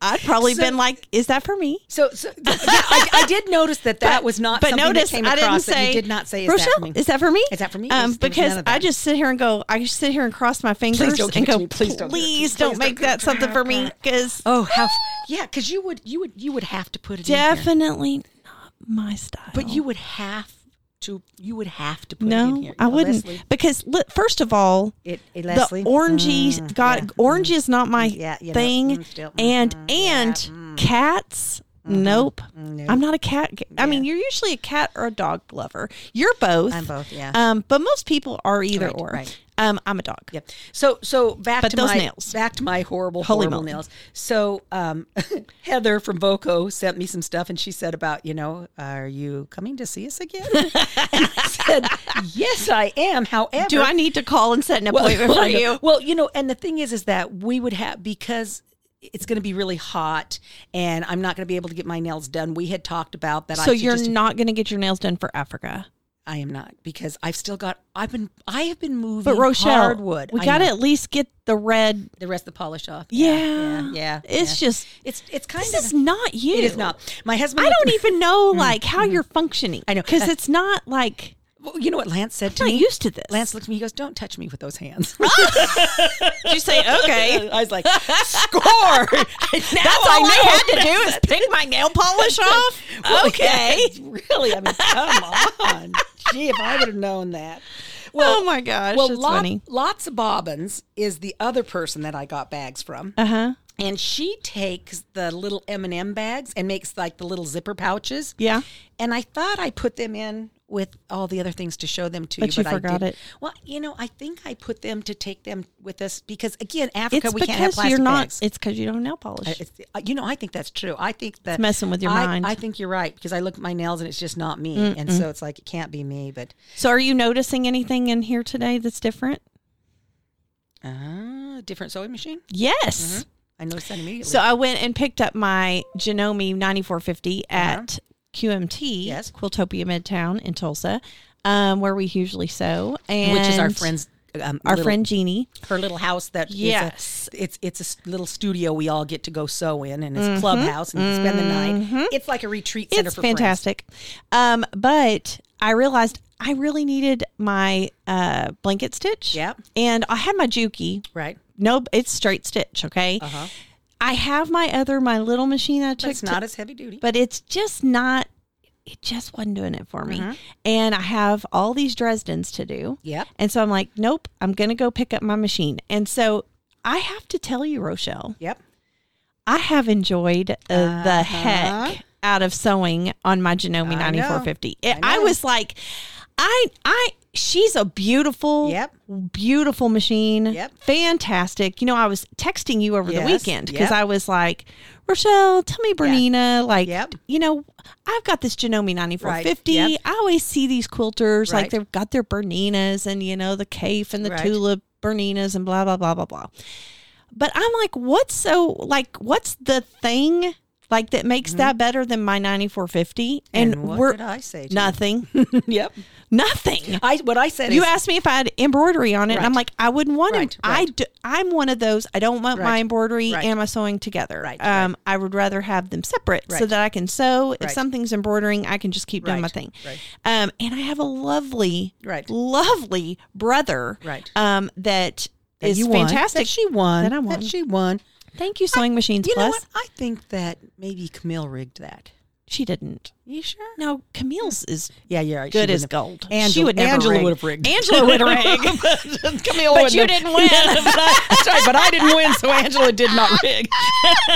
Speaker 1: I'd probably
Speaker 2: So-
Speaker 1: been like, "Is that for me?"
Speaker 2: so, so th- yeah, I, I did notice that that was not.
Speaker 1: But
Speaker 2: something that
Speaker 1: notice,
Speaker 2: came
Speaker 1: I didn't
Speaker 2: across that
Speaker 1: say.
Speaker 2: you did not say. Is
Speaker 1: Rochelle,
Speaker 2: that for me?
Speaker 1: is that for me?
Speaker 2: Is that for me? There
Speaker 1: Um,
Speaker 2: was- there was none
Speaker 1: because
Speaker 2: of that.
Speaker 1: I just sit here and go. I just sit here and cross my fingers
Speaker 2: don't
Speaker 1: and
Speaker 2: give
Speaker 1: go.
Speaker 2: it to me. Please don't give it to me.
Speaker 1: please
Speaker 2: Please
Speaker 1: don't
Speaker 2: don't
Speaker 1: make
Speaker 2: give it
Speaker 1: that
Speaker 2: to
Speaker 1: something
Speaker 2: me.
Speaker 1: for me because
Speaker 2: Oh, how? f- Yeah, because you would, you would, you would have to put it in here.
Speaker 1: definitely not my style.
Speaker 2: But you would have to. You would have to put it in
Speaker 1: No,
Speaker 2: here.
Speaker 1: I
Speaker 2: No,
Speaker 1: wouldn't
Speaker 2: Leslie,
Speaker 1: because li- first of all,
Speaker 2: it, it, Leslie.
Speaker 1: the orangey
Speaker 2: Mm,
Speaker 1: got
Speaker 2: yeah.
Speaker 1: orange is not my
Speaker 2: Yeah, you know,
Speaker 1: thing,
Speaker 2: mm, still, mm,
Speaker 1: and
Speaker 2: mm, yeah,
Speaker 1: and
Speaker 2: mm. Mm-hmm.
Speaker 1: cats. Nope.
Speaker 2: Nope.
Speaker 1: I'm not a cat. g- I mean, you're usually a cat or a dog lover. You're both.
Speaker 2: I'm both, yeah.
Speaker 1: Um, but most people are either
Speaker 2: Right,
Speaker 1: or.
Speaker 2: right.
Speaker 1: Um, I'm a dog.
Speaker 2: Yep. So so back
Speaker 1: But
Speaker 2: to
Speaker 1: those
Speaker 2: my
Speaker 1: nails.
Speaker 2: back to my horrible
Speaker 1: Holy
Speaker 2: horrible
Speaker 1: moly.
Speaker 2: nails. So um, Heather from Voco sent me some stuff, and she said about you know are you coming to see us again? and I said yes, I am. However,
Speaker 1: Do I need to call and set an appointment for you?
Speaker 2: well, you know, and the thing is, is that we would have because it's going to be really hot, and I'm not going to be able to get my nails done. We had talked about that. I
Speaker 1: So
Speaker 2: should
Speaker 1: you're
Speaker 2: just-
Speaker 1: not going to get your nails done for Africa,
Speaker 2: I am not because I've still got. I've been. I have been moving.
Speaker 1: but Rochelle,
Speaker 2: hardwood.
Speaker 1: we
Speaker 2: I
Speaker 1: got to
Speaker 2: know.
Speaker 1: at least get the red.
Speaker 2: The rest of the polish off.
Speaker 1: Yeah,
Speaker 2: Yeah. yeah,
Speaker 1: It's
Speaker 2: yeah.
Speaker 1: just
Speaker 2: It's it's kind
Speaker 1: this
Speaker 2: of
Speaker 1: is not you.
Speaker 2: it is not. My husband.
Speaker 1: I don't even know like how you're functioning. I
Speaker 2: know. Uh,
Speaker 1: because it's not like
Speaker 2: e-, Well, you know what Lance said to
Speaker 1: I'm not
Speaker 2: me.
Speaker 1: used to this.
Speaker 2: Lance looked at me. He goes, "Don't touch me with those hands."
Speaker 1: you say okay.
Speaker 2: I was like, "Score!" now
Speaker 1: That's all I had to do is pick my nail polish off. Okay.
Speaker 2: really? I mean, come on. Gee, if I would have known that. Well,
Speaker 1: oh my gosh,
Speaker 2: well,
Speaker 1: it's
Speaker 2: Lot-
Speaker 1: funny.
Speaker 2: lots of bobbins is the other person that I got bags from.
Speaker 1: Uh huh.
Speaker 2: and she takes the little m&m bags and makes like the little zipper pouches
Speaker 1: Yeah.
Speaker 2: and i thought i put them in with all the other things to show them to
Speaker 1: But
Speaker 2: you
Speaker 1: you forgot
Speaker 2: I didn't.
Speaker 1: it.
Speaker 2: well you know i think i put them to take them with us because again
Speaker 1: It's
Speaker 2: africa we can't have
Speaker 1: because
Speaker 2: plastic
Speaker 1: you're not.
Speaker 2: bags
Speaker 1: It's because you don't have nail polish.
Speaker 2: it's, uh, you know, I think that's true. I think that
Speaker 1: messing with your
Speaker 2: I-
Speaker 1: mind.
Speaker 2: I think you're right because I look at my nails and it's just not me, and so it's like it can't be me. But
Speaker 1: so, are you noticing anything in here today that's different?
Speaker 2: uh, different sewing machine.
Speaker 1: Yes.
Speaker 2: I noticed that immediately.
Speaker 1: So I went and picked up my Janome 9450 at QMT,
Speaker 2: Uh-huh. Yes.
Speaker 1: Quiltopia Midtown in Tulsa, um, where we usually sew, and
Speaker 2: which is our friend's um,
Speaker 1: our
Speaker 2: little-
Speaker 1: friend Jeannie.
Speaker 2: her little house that is a-
Speaker 1: Yes.
Speaker 2: it's it's a s- little studio we all get to go sew in and it's a clubhouse and you spend the night it's like a retreat center
Speaker 1: Mm-hmm. It's
Speaker 2: for
Speaker 1: fantastic. Um, but I realized I really needed my uh, blanket stitch.
Speaker 2: Yep.
Speaker 1: And I had my Juki.
Speaker 2: friends. right
Speaker 1: No, it's straight stitch. Okay.
Speaker 2: uh-huh
Speaker 1: I have my other my little machine I took.
Speaker 2: but it's
Speaker 1: to-
Speaker 2: not as heavy duty
Speaker 1: but it's just not it just wasn't doing it for me and i have all these dresdens to do
Speaker 2: Yep.
Speaker 1: and so i'm like nope i'm gonna go pick up my machine and so i have to tell you rochelle
Speaker 2: yep
Speaker 1: i have enjoyed uh,
Speaker 2: Uh-huh.
Speaker 1: the heck out of sewing on my janome 9450 It- I,
Speaker 2: know.
Speaker 1: was like i i she's a beautiful
Speaker 2: Yep.
Speaker 1: beautiful machine
Speaker 2: Yep.
Speaker 1: fantastic you know i was texting you over
Speaker 2: Yes.
Speaker 1: the weekend because
Speaker 2: Yep.
Speaker 1: i was like rochelle tell me bernina like
Speaker 2: Yep.
Speaker 1: you know i've got this janome 9450
Speaker 2: Right. Yep.
Speaker 1: i always see these quilters like
Speaker 2: Right.
Speaker 1: they've got their berninas and you know the cafe and the
Speaker 2: Right.
Speaker 1: tulip berninas and blah blah blah blah blah but I'm like, what's so like what's the thing like that makes that better than my 9450? And,
Speaker 2: Mm-hmm. And what
Speaker 1: we're
Speaker 2: did I say to you?
Speaker 1: nothing,
Speaker 2: yep
Speaker 1: nothing.
Speaker 2: i what i said
Speaker 1: You
Speaker 2: is
Speaker 1: asked me if I had embroidery on it, and I'm like, I wouldn't want
Speaker 2: Right,
Speaker 1: it. I
Speaker 2: right.
Speaker 1: do, I'm one of those. I don't want my
Speaker 2: Right,
Speaker 1: embroidery
Speaker 2: right.
Speaker 1: and my sewing together.
Speaker 2: Right,
Speaker 1: Um, I would rather have them separate so
Speaker 2: Right.
Speaker 1: that I can sew. If
Speaker 2: Right.
Speaker 1: something's embroidering, I can just keep doing
Speaker 2: Right,
Speaker 1: my thing.
Speaker 2: right.
Speaker 1: Um, and I have a lovely,
Speaker 2: Right.
Speaker 1: lovely brother.
Speaker 2: Right.
Speaker 1: Um, that
Speaker 2: that
Speaker 1: is
Speaker 2: you won,
Speaker 1: fantastic.
Speaker 2: that she won
Speaker 1: That I won.
Speaker 2: she won
Speaker 1: Thank you, Sewing Machines
Speaker 2: you
Speaker 1: Plus.
Speaker 2: know what i think that maybe camille rigged that
Speaker 1: She didn't.
Speaker 2: you sure
Speaker 1: No, Camille's is
Speaker 2: yeah you're right
Speaker 1: good
Speaker 2: she
Speaker 1: as
Speaker 2: wouldn't have-
Speaker 1: gold. she
Speaker 2: Angela-
Speaker 1: would never
Speaker 2: Angela
Speaker 1: rig.
Speaker 2: would have rigged.
Speaker 1: Angela would rig.
Speaker 2: Camille
Speaker 1: but
Speaker 2: wouldn't
Speaker 1: you
Speaker 2: have-
Speaker 1: didn't win.
Speaker 2: but I, that's right, but I didn't win, so Angela did not rig.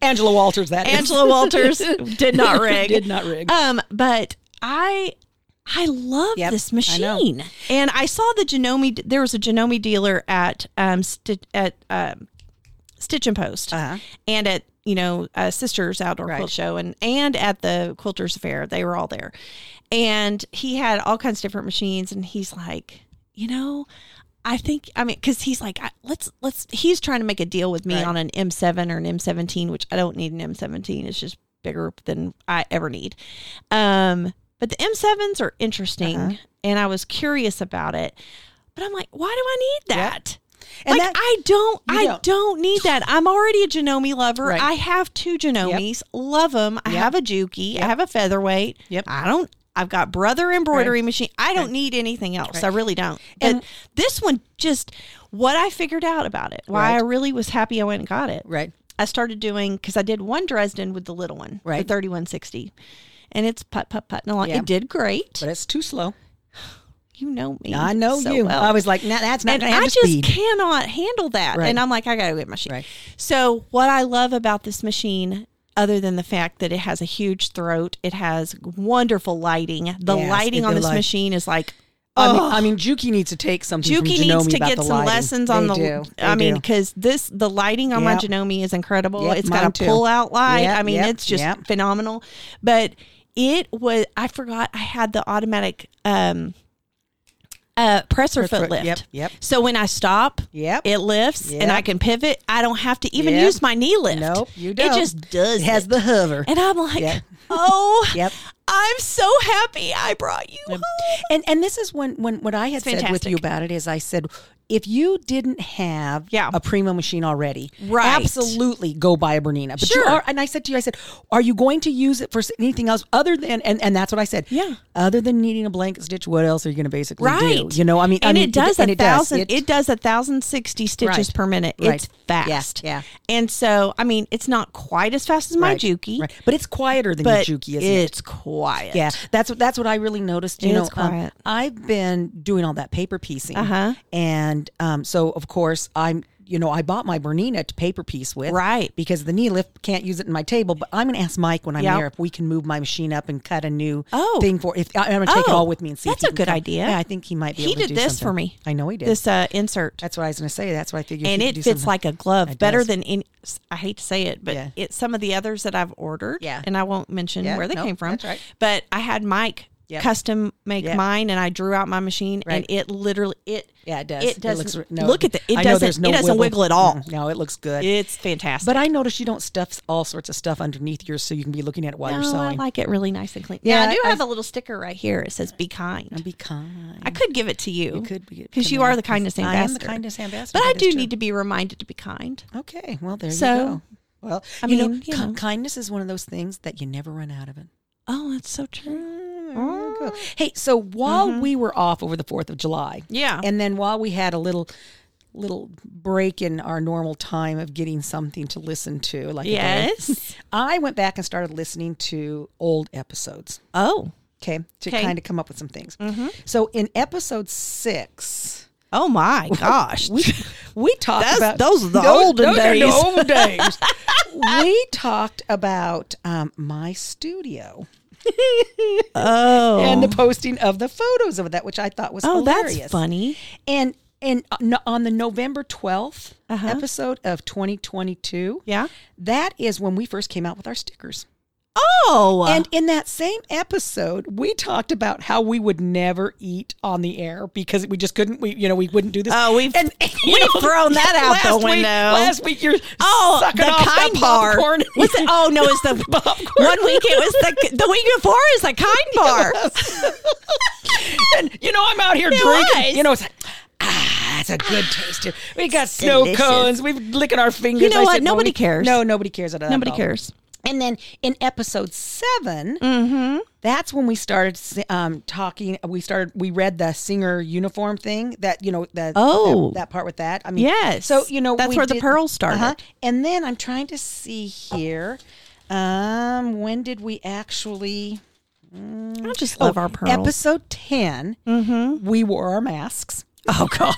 Speaker 2: Angela Walters, that is.
Speaker 1: Angela Walters did not rig.
Speaker 2: Did not rig.
Speaker 1: Um, but I. I love
Speaker 2: Yep,
Speaker 1: this
Speaker 2: I know.
Speaker 1: machine, and I saw the Janome. There was a Janome dealer at um sti at um, Stitch and Post,
Speaker 2: Uh-huh.
Speaker 1: and at you know uh, Sisters Outdoor
Speaker 2: Right.
Speaker 1: Quilt Show, and and at the Quilters Fair. They were all there, and he had all kinds of different machines, and he's like, you know, I think I mean because he's like I, let's let's he's trying to make a deal with me
Speaker 2: Right.
Speaker 1: on an M7 or an M17, which I don't need an M17. It's just bigger than I ever need. Um, but the M7s are interesting, and I was curious about it. But I'm like, why do I need that?
Speaker 2: And
Speaker 1: like
Speaker 2: that-
Speaker 1: I don't,
Speaker 2: You
Speaker 1: I
Speaker 2: don't.
Speaker 1: don't. need that. I'm already a Janome lover.
Speaker 2: Right.
Speaker 1: I have two Janomes, love 'em. love them. I have a Juki. I have a featherweight.
Speaker 2: Yep.
Speaker 1: I don't. I've got brother embroidery machine. I don't need anything else. I really don't. But
Speaker 2: And-
Speaker 1: this one, just what I figured out about it, why
Speaker 2: Right.
Speaker 1: I really was happy I went and got it.
Speaker 2: Right.
Speaker 1: I started doing because I did one Dresden with the little one,
Speaker 2: Right.
Speaker 1: the thirty one sixty, and it's putt putt putt and along.
Speaker 2: Yeah.
Speaker 1: It did great.
Speaker 2: But it's too slow.
Speaker 1: you know me.
Speaker 2: I know
Speaker 1: so
Speaker 2: you.
Speaker 1: well
Speaker 2: I was like, nah, that's not
Speaker 1: and
Speaker 2: going to have
Speaker 1: I
Speaker 2: the
Speaker 1: just
Speaker 2: speed.
Speaker 1: cannot handle that.
Speaker 2: Right.
Speaker 1: And I'm like, I got to get my machine.
Speaker 2: Right.
Speaker 1: So what I love about this machine, other than the fact that it has a huge throat, it has wonderful lighting. The
Speaker 2: Yes,
Speaker 1: lighting
Speaker 2: it-
Speaker 1: on
Speaker 2: the
Speaker 1: this
Speaker 2: light-
Speaker 1: machine is like.
Speaker 2: I,
Speaker 1: Oh,
Speaker 2: mean, I mean, Juki needs to take something. from
Speaker 1: Juki needs
Speaker 2: Janome
Speaker 1: to
Speaker 2: about
Speaker 1: get
Speaker 2: the
Speaker 1: some
Speaker 2: lighting.
Speaker 1: lessons on
Speaker 2: They
Speaker 1: the.
Speaker 2: do.
Speaker 1: I
Speaker 2: They
Speaker 1: mean,
Speaker 2: do.
Speaker 1: because this the lighting on my
Speaker 2: Yep.
Speaker 1: Janome is incredible.
Speaker 2: Yep,
Speaker 1: it's got
Speaker 2: mine
Speaker 1: a
Speaker 2: too.
Speaker 1: pull out light.
Speaker 2: Yep,
Speaker 1: I mean,
Speaker 2: yep,
Speaker 1: it's just
Speaker 2: yep.
Speaker 1: phenomenal. But it was. I forgot I had the automatic um, uh, presser
Speaker 2: Presser
Speaker 1: foot
Speaker 2: foot,
Speaker 1: lift.
Speaker 2: yep, yep.
Speaker 1: So when I stop,
Speaker 2: Yep.
Speaker 1: it lifts,
Speaker 2: Yep.
Speaker 1: and I can pivot. I don't have to even
Speaker 2: Yep.
Speaker 1: use my knee lift.
Speaker 2: Nope, you don't.
Speaker 1: It just does.
Speaker 2: It has
Speaker 1: it.
Speaker 2: the hover.
Speaker 1: and I'm like,
Speaker 2: Yep.
Speaker 1: oh,
Speaker 2: Yep.
Speaker 1: I'm so happy I brought you home.
Speaker 2: And and this is when when what I had said with
Speaker 1: fantastic.
Speaker 2: you about it is I said if you didn't have
Speaker 1: Yeah.
Speaker 2: a Primo machine already,
Speaker 1: Right.
Speaker 2: absolutely go buy a Bernina. But you
Speaker 1: Sure.
Speaker 2: are, and I said to you, I said, are you going to use it for s- anything else other than and, and that's what I said.
Speaker 1: Yeah.
Speaker 2: Other than needing a blanket stitch, what else are you going to basically
Speaker 1: Right.
Speaker 2: do? You know, I mean, I
Speaker 1: and
Speaker 2: mean,
Speaker 1: it does
Speaker 2: and
Speaker 1: a thousand.
Speaker 2: It,
Speaker 1: It, does a thousand sixty stitches
Speaker 2: Right.
Speaker 1: per minute.
Speaker 2: Right.
Speaker 1: It's
Speaker 2: Yeah,
Speaker 1: fast.
Speaker 2: yeah.
Speaker 1: And so, I mean, it's not quite as fast as my
Speaker 2: right,
Speaker 1: Juki,
Speaker 2: right. but it's quieter than
Speaker 1: but
Speaker 2: your Juki, isn't it?
Speaker 1: it's quiet.
Speaker 2: Yeah, that's what that's what I really noticed. You
Speaker 1: It
Speaker 2: know,
Speaker 1: is
Speaker 2: um,
Speaker 1: quiet.
Speaker 2: I've been doing all that paper piecing,
Speaker 1: Uh-huh.
Speaker 2: and um, so of course I'm. You know, I bought my Bernina to paper piece with,
Speaker 1: Right.
Speaker 2: Because the knee lift can't use it in my table. But I'm going to ask Mike when I'm
Speaker 1: Yep.
Speaker 2: there if we can move my machine up and cut a new
Speaker 1: Oh.
Speaker 2: thing for. If I'm going to take it
Speaker 1: Oh,
Speaker 2: all with me and see. if
Speaker 1: that's
Speaker 2: he
Speaker 1: a
Speaker 2: can
Speaker 1: good
Speaker 2: come.
Speaker 1: idea.
Speaker 2: Yeah, I think he might be.
Speaker 1: He
Speaker 2: able to
Speaker 1: did
Speaker 2: do
Speaker 1: this for
Speaker 2: something.
Speaker 1: me.
Speaker 2: I know he did.
Speaker 1: This uh, insert.
Speaker 2: that's what I was going to say. That's what I figured.
Speaker 1: and
Speaker 2: he
Speaker 1: it
Speaker 2: could do
Speaker 1: fits
Speaker 2: something.
Speaker 1: like a glove better
Speaker 2: does.
Speaker 1: than any i hate to say it but
Speaker 2: Yeah.
Speaker 1: it's some of the others that i've ordered
Speaker 2: Yeah.
Speaker 1: and i won't mention
Speaker 2: Yeah,
Speaker 1: where they
Speaker 2: no,
Speaker 1: came from
Speaker 2: that's right.
Speaker 1: but i had mike
Speaker 2: Yep.
Speaker 1: custom make
Speaker 2: Yep.
Speaker 1: mine and i drew out my machine
Speaker 2: Right.
Speaker 1: and it literally it
Speaker 2: Yeah, it does.
Speaker 1: it doesn't
Speaker 2: looks, no,
Speaker 1: look at the it
Speaker 2: I know there's
Speaker 1: doesn't
Speaker 2: no
Speaker 1: it doesn't wiggle at all
Speaker 2: Mm, No, it looks good.
Speaker 1: it's fantastic
Speaker 2: But I noticed you don't stuff all sorts of stuff underneath yours, so you can be looking at it while you're
Speaker 1: No, oh, I
Speaker 2: sewing.
Speaker 1: like it really nice and clean.
Speaker 2: Yeah,
Speaker 1: Yeah, I do
Speaker 2: I-
Speaker 1: have a little sticker right here. It says "Be kind."
Speaker 2: be kind.
Speaker 1: I could give it to you. You
Speaker 2: could be-
Speaker 1: because
Speaker 2: come
Speaker 1: you are
Speaker 2: in.
Speaker 1: the kindness
Speaker 2: I am the
Speaker 1: ambassador.
Speaker 2: kindness ambassador.
Speaker 1: But I
Speaker 2: That is
Speaker 1: do
Speaker 2: true.
Speaker 1: need to be reminded to be kind.
Speaker 2: Okay, well there you
Speaker 1: So,
Speaker 2: go. Well,
Speaker 1: I
Speaker 2: you know,
Speaker 1: mean, you
Speaker 2: ki-
Speaker 1: know.
Speaker 2: kindness is one of those things that you never run out of it.
Speaker 1: Oh, that's so true.
Speaker 2: Cool. Hey, so while we were off over the Fourth of July,
Speaker 1: Mm-hmm. Yeah.
Speaker 2: and then while we had a little little break in our normal time of getting something to listen to, like a day,
Speaker 1: Yes.
Speaker 2: I went back and started listening to old episodes.
Speaker 1: Oh.
Speaker 2: Okay, to
Speaker 1: Okay.
Speaker 2: kind of come up with some things. So in episode six,
Speaker 1: Oh my gosh.
Speaker 2: we we talked
Speaker 1: That's-
Speaker 2: about
Speaker 1: those are the olden
Speaker 2: those are the
Speaker 1: days.
Speaker 2: olden days. we talked about um, my studio
Speaker 1: oh.
Speaker 2: and the posting of the photos of that, which I thought was
Speaker 1: oh,
Speaker 2: hilarious.
Speaker 1: that's funny.
Speaker 2: And and on- on the November 12th episode of twenty twenty two,
Speaker 1: Yeah.
Speaker 2: that is when we first came out with our stickers.
Speaker 1: Oh.
Speaker 2: And in that same episode, we talked about how we would never eat on the air because we just couldn't. We, you know, we wouldn't do this.
Speaker 1: Oh, we've-
Speaker 2: and, you
Speaker 1: we've thrown that out the
Speaker 2: last week-
Speaker 1: window.
Speaker 2: last week, you're
Speaker 1: Oh,
Speaker 2: sucking
Speaker 1: the
Speaker 2: off
Speaker 1: kind
Speaker 2: that
Speaker 1: bar.
Speaker 2: popcorn.
Speaker 1: What's it? Oh no, it's the
Speaker 2: Popcorn.
Speaker 1: one week. It was the the week before is the kind bar.
Speaker 2: and you know, I'm out here drinking.
Speaker 1: was.
Speaker 2: You know, it's like. ah, That's a good taste. We got snow
Speaker 1: delicious.
Speaker 2: cones. We've licking our fingers.
Speaker 1: You know
Speaker 2: I
Speaker 1: what?
Speaker 2: said, well,
Speaker 1: Nobody
Speaker 2: we-
Speaker 1: cares.
Speaker 2: No, nobody cares. About that
Speaker 1: Nobody
Speaker 2: at all.
Speaker 1: cares.
Speaker 2: And then in episode 7
Speaker 1: Mm-hmm.
Speaker 2: that's when we started um, talking. We started, we read the singer uniform thing that, you know, that,
Speaker 1: Oh.
Speaker 2: that, that part with that. I mean,
Speaker 1: Yes.
Speaker 2: So, you know,
Speaker 1: That's
Speaker 2: we Uh-huh.
Speaker 1: where the pearls started.
Speaker 2: And then I'm trying to see here. Um, when did we actually?
Speaker 1: I just love
Speaker 2: oh,
Speaker 1: our pearls. Mm-hmm.
Speaker 2: Episode 10, we wore our masks.
Speaker 1: oh god,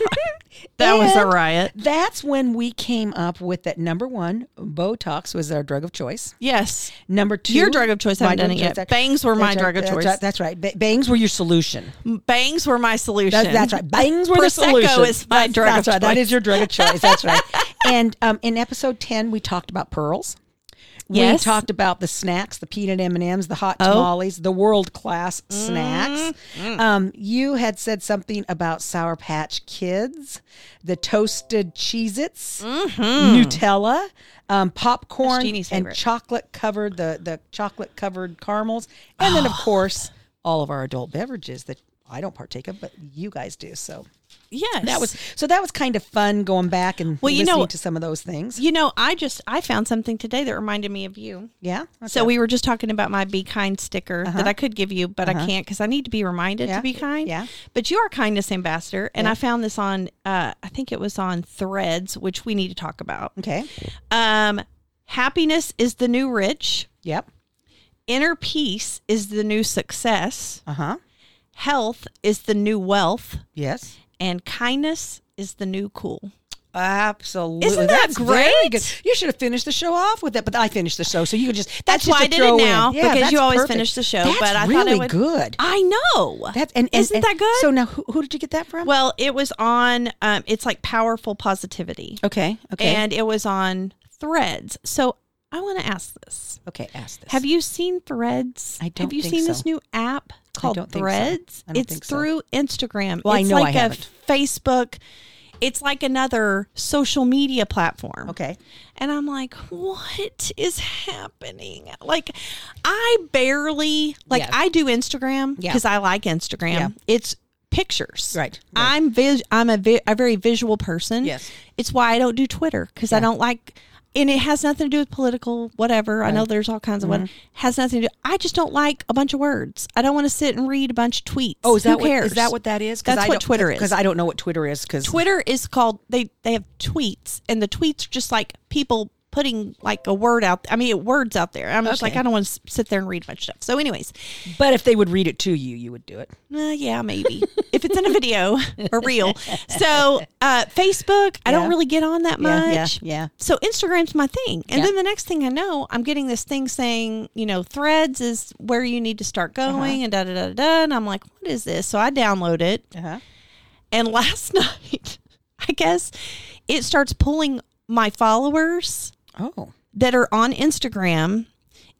Speaker 1: that was a
Speaker 2: And
Speaker 1: riot.
Speaker 2: That's when we came up with that number one, Botox was our drug of choice.
Speaker 1: Yes.
Speaker 2: Number two,
Speaker 1: Your drug of choice, I
Speaker 2: my
Speaker 1: haven't done
Speaker 2: drug
Speaker 1: it
Speaker 2: of
Speaker 1: yet.
Speaker 2: choice-
Speaker 1: Bangs were my
Speaker 2: That's
Speaker 1: drug of
Speaker 2: right,
Speaker 1: choice.
Speaker 2: That's, that's right. Ba- bangs were your solution.
Speaker 1: Bangs were my solution.
Speaker 2: That's, that's right. Bangs were the
Speaker 1: Prosecco
Speaker 2: solution.
Speaker 1: is my
Speaker 2: that's,
Speaker 1: drug
Speaker 2: that's
Speaker 1: of
Speaker 2: right. That
Speaker 1: choice.
Speaker 2: is your drug of choice. That's right. and um, in episode ten, we talked about pearls.
Speaker 1: Yes. Oh.
Speaker 2: We talked about the snacks, the peanut M and M's, the hot tamales, the world class snacks.
Speaker 1: Mm-hmm. Mm.
Speaker 2: Um, you had said something about Sour Patch Kids, the toasted Cheez-Its,
Speaker 1: Mm-hmm.
Speaker 2: Nutella, um, popcorn,
Speaker 1: Jeannie's
Speaker 2: and
Speaker 1: favorite.
Speaker 2: chocolate covered the the chocolate covered caramels, and then of course all of our adult beverages that I don't partake of, but you guys do. So
Speaker 1: Yes.
Speaker 2: that was so that was kind of fun going back and
Speaker 1: Well, you
Speaker 2: listening
Speaker 1: know-
Speaker 2: to some of those things.
Speaker 1: You know, I just I found something today that reminded me of you.
Speaker 2: Yeah.
Speaker 1: So we were just talking about my be kind sticker that I could give you, but I can't because I need to be reminded
Speaker 2: Uh-huh. Yeah.
Speaker 1: to be kind.
Speaker 2: Yeah.
Speaker 1: But you are kindness ambassador, and I found this on uh, I think it was on Threads, which we need to talk about.
Speaker 2: okay.
Speaker 1: Um, happiness is the new rich.
Speaker 2: Yep.
Speaker 1: Inner peace is the new success.
Speaker 2: Uh huh.
Speaker 1: Health is the new wealth,
Speaker 2: Yes.
Speaker 1: and kindness is the new cool.
Speaker 2: Absolutely.
Speaker 1: Isn't that
Speaker 2: That's very
Speaker 1: great?
Speaker 2: good. You should have finished the show off with that, but I finished the show, so you could just. That's,
Speaker 1: That's
Speaker 2: just
Speaker 1: why
Speaker 2: a
Speaker 1: I did it
Speaker 2: throw in.
Speaker 1: now,
Speaker 2: Yeah,
Speaker 1: because you
Speaker 2: that's
Speaker 1: always
Speaker 2: perfect.
Speaker 1: finish the show,
Speaker 2: That's
Speaker 1: but I
Speaker 2: really
Speaker 1: thought it would-
Speaker 2: good.
Speaker 1: I know.
Speaker 2: That's and, and-
Speaker 1: Isn't
Speaker 2: and-
Speaker 1: that good?
Speaker 2: So now, who, who did you get that from?
Speaker 1: Well, it was on. Um, it's like powerful positivity,
Speaker 2: okay. Okay.
Speaker 1: and it was on Threads. So I want to ask this:
Speaker 2: okay. Ask this.
Speaker 1: Have you seen Threads?
Speaker 2: I
Speaker 1: Have
Speaker 2: don't
Speaker 1: you
Speaker 2: think
Speaker 1: seen this
Speaker 2: so.
Speaker 1: new app called
Speaker 2: don't think so.
Speaker 1: Threads?
Speaker 2: I don't
Speaker 1: it's
Speaker 2: think so.
Speaker 1: through Instagram.
Speaker 2: Well, I
Speaker 1: it's
Speaker 2: know I
Speaker 1: like a
Speaker 2: haven't.
Speaker 1: Facebook. It's like another social media platform.
Speaker 2: Okay.
Speaker 1: And I'm like, what is happening? Like, I barely, like,
Speaker 2: Yeah.
Speaker 1: I do Instagram
Speaker 2: Yeah.
Speaker 1: because I like Instagram.
Speaker 2: Yeah.
Speaker 1: It's pictures.
Speaker 2: Right, right.
Speaker 1: I'm vis- I'm a, vi- a very visual person.
Speaker 2: Yes.
Speaker 1: It's why I don't do Twitter because I don't like, and it has nothing to do with political whatever. I know there's all kinds of what
Speaker 2: Mm-hmm.
Speaker 1: has nothing to do. I just don't like a bunch of words. I don't want to sit and read a bunch of tweets.
Speaker 2: Oh, is that
Speaker 1: Who cares?
Speaker 2: What, is that what that is?
Speaker 1: That's what Twitter is.
Speaker 2: Because I don't know what Twitter is. Because
Speaker 1: Twitter is called they they have tweets and the tweets are just like people putting like a word out. I mean words out there. I'm just
Speaker 2: Okay.
Speaker 1: like I don't want to sit there and read a bunch of stuff. So, anyways,
Speaker 2: but if they would read it to you, you would do it.
Speaker 1: uh, yeah, maybe if it's in a video or real. So uh, Facebook, I
Speaker 2: Yeah.
Speaker 1: don't really get on that
Speaker 2: Yeah, yeah,
Speaker 1: much.
Speaker 2: yeah.
Speaker 1: So Instagram's my thing, and
Speaker 2: Yeah.
Speaker 1: then the next thing I know, I'm getting this thing saying, you know, Threads is where you need to start
Speaker 2: Uh-huh.
Speaker 1: going, and da da da da. And I'm like, what is this? So I download it.
Speaker 2: Uh-huh.
Speaker 1: And last night, I guess it starts pulling my followers
Speaker 2: Oh.
Speaker 1: that are on Instagram.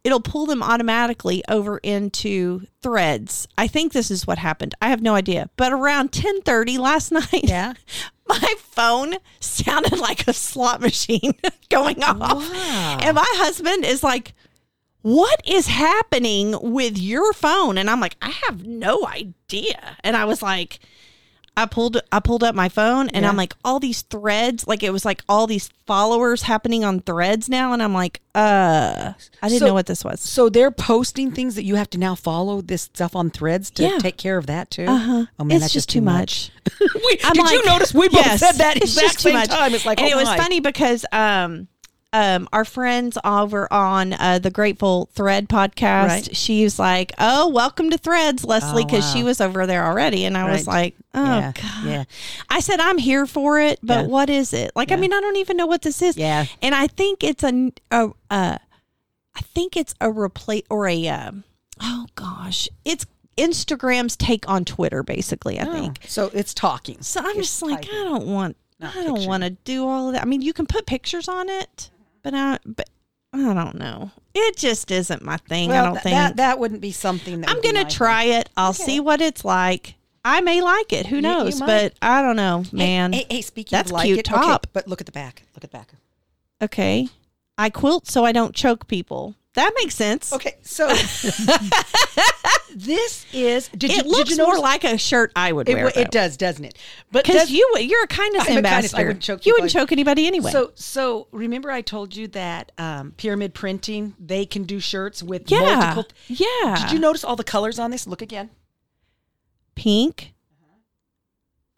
Speaker 1: It'll pull them automatically over into threads. I think this is what happened. I have no idea. But around 10:30 last night,
Speaker 2: Yeah.
Speaker 1: my phone sounded like a slot machine going off.
Speaker 2: Wow.
Speaker 1: And my husband is like, What is happening with your phone? And I'm like, I have no idea. And I was like, I pulled I pulled up my phone and I'm like, all these threads, like it was like all these followers happening on threads now. And I'm like, uh I didn't
Speaker 2: So-
Speaker 1: know what this was.
Speaker 2: So they're posting things that you have to now follow this stuff on threads to
Speaker 1: Yeah.
Speaker 2: take care of that too.
Speaker 1: Uh-huh.
Speaker 2: Oh man,
Speaker 1: it's
Speaker 2: that's
Speaker 1: just too much.
Speaker 2: we,
Speaker 1: I'm
Speaker 2: did you
Speaker 1: like-
Speaker 2: notice we both
Speaker 1: Yes.
Speaker 2: said that
Speaker 1: It's
Speaker 2: exact
Speaker 1: just too
Speaker 2: same
Speaker 1: much.
Speaker 2: time? It's like,
Speaker 1: and
Speaker 2: oh
Speaker 1: it was
Speaker 2: my.
Speaker 1: funny because um, um, our friends over on uh, the Grateful Thread podcast,
Speaker 2: Right.
Speaker 1: she was like, "Oh, welcome to Threads, Leslie,"
Speaker 2: Oh,
Speaker 1: because
Speaker 2: wow.
Speaker 1: she was over there already, and I was like,
Speaker 2: Right.
Speaker 1: "Oh
Speaker 2: Yeah,
Speaker 1: God."
Speaker 2: yeah.
Speaker 1: I said, "I'm here for it, but
Speaker 2: Yeah.
Speaker 1: what is it? Like, I mean, I don't even know what this is."
Speaker 2: Yeah.
Speaker 1: and I think it's a, a, a I think it's a replace or a um, oh gosh, it's Instagram's take on Twitter, basically.
Speaker 2: Oh.
Speaker 1: I think.
Speaker 2: So it's talking.
Speaker 1: So I'm just like, I don't want,
Speaker 2: Not
Speaker 1: I don't
Speaker 2: picture.
Speaker 1: want to do all of that. I mean, you can put pictures on it,
Speaker 2: Mm-hmm.
Speaker 1: but I, but I don't know. It just isn't my thing. I
Speaker 2: Well,
Speaker 1: don't
Speaker 2: th-
Speaker 1: think
Speaker 2: that that wouldn't be something that
Speaker 1: I'm
Speaker 2: would be
Speaker 1: gonna
Speaker 2: my-
Speaker 1: try it. I'll see what it's like. I may like it. Who
Speaker 2: you
Speaker 1: knows?
Speaker 2: might.
Speaker 1: but I don't know, man.
Speaker 2: Hey, hey, speaking
Speaker 1: That's
Speaker 2: of like
Speaker 1: cute
Speaker 2: it,
Speaker 1: top.
Speaker 2: Okay, but look at the back. Look at the back.
Speaker 1: Okay, I quilt so I don't choke people. That makes sense.
Speaker 2: Okay, so this is. Did you,
Speaker 1: It
Speaker 2: did
Speaker 1: looks
Speaker 2: you notice-
Speaker 1: more like a shirt I would
Speaker 2: it,
Speaker 1: wear.
Speaker 2: it does, doesn't it? But
Speaker 1: because
Speaker 2: does-
Speaker 1: you you're a kindness
Speaker 2: I'm a kindness. I
Speaker 1: ambassador.
Speaker 2: wouldn't choke
Speaker 1: you
Speaker 2: people.
Speaker 1: wouldn't choke anybody anyway.
Speaker 2: So, so remember I told you that um, pyramid printing they can do shirts with
Speaker 1: yeah,
Speaker 2: multiple.
Speaker 1: yeah.
Speaker 2: Did you notice all the colors on this? Look again.
Speaker 1: pink,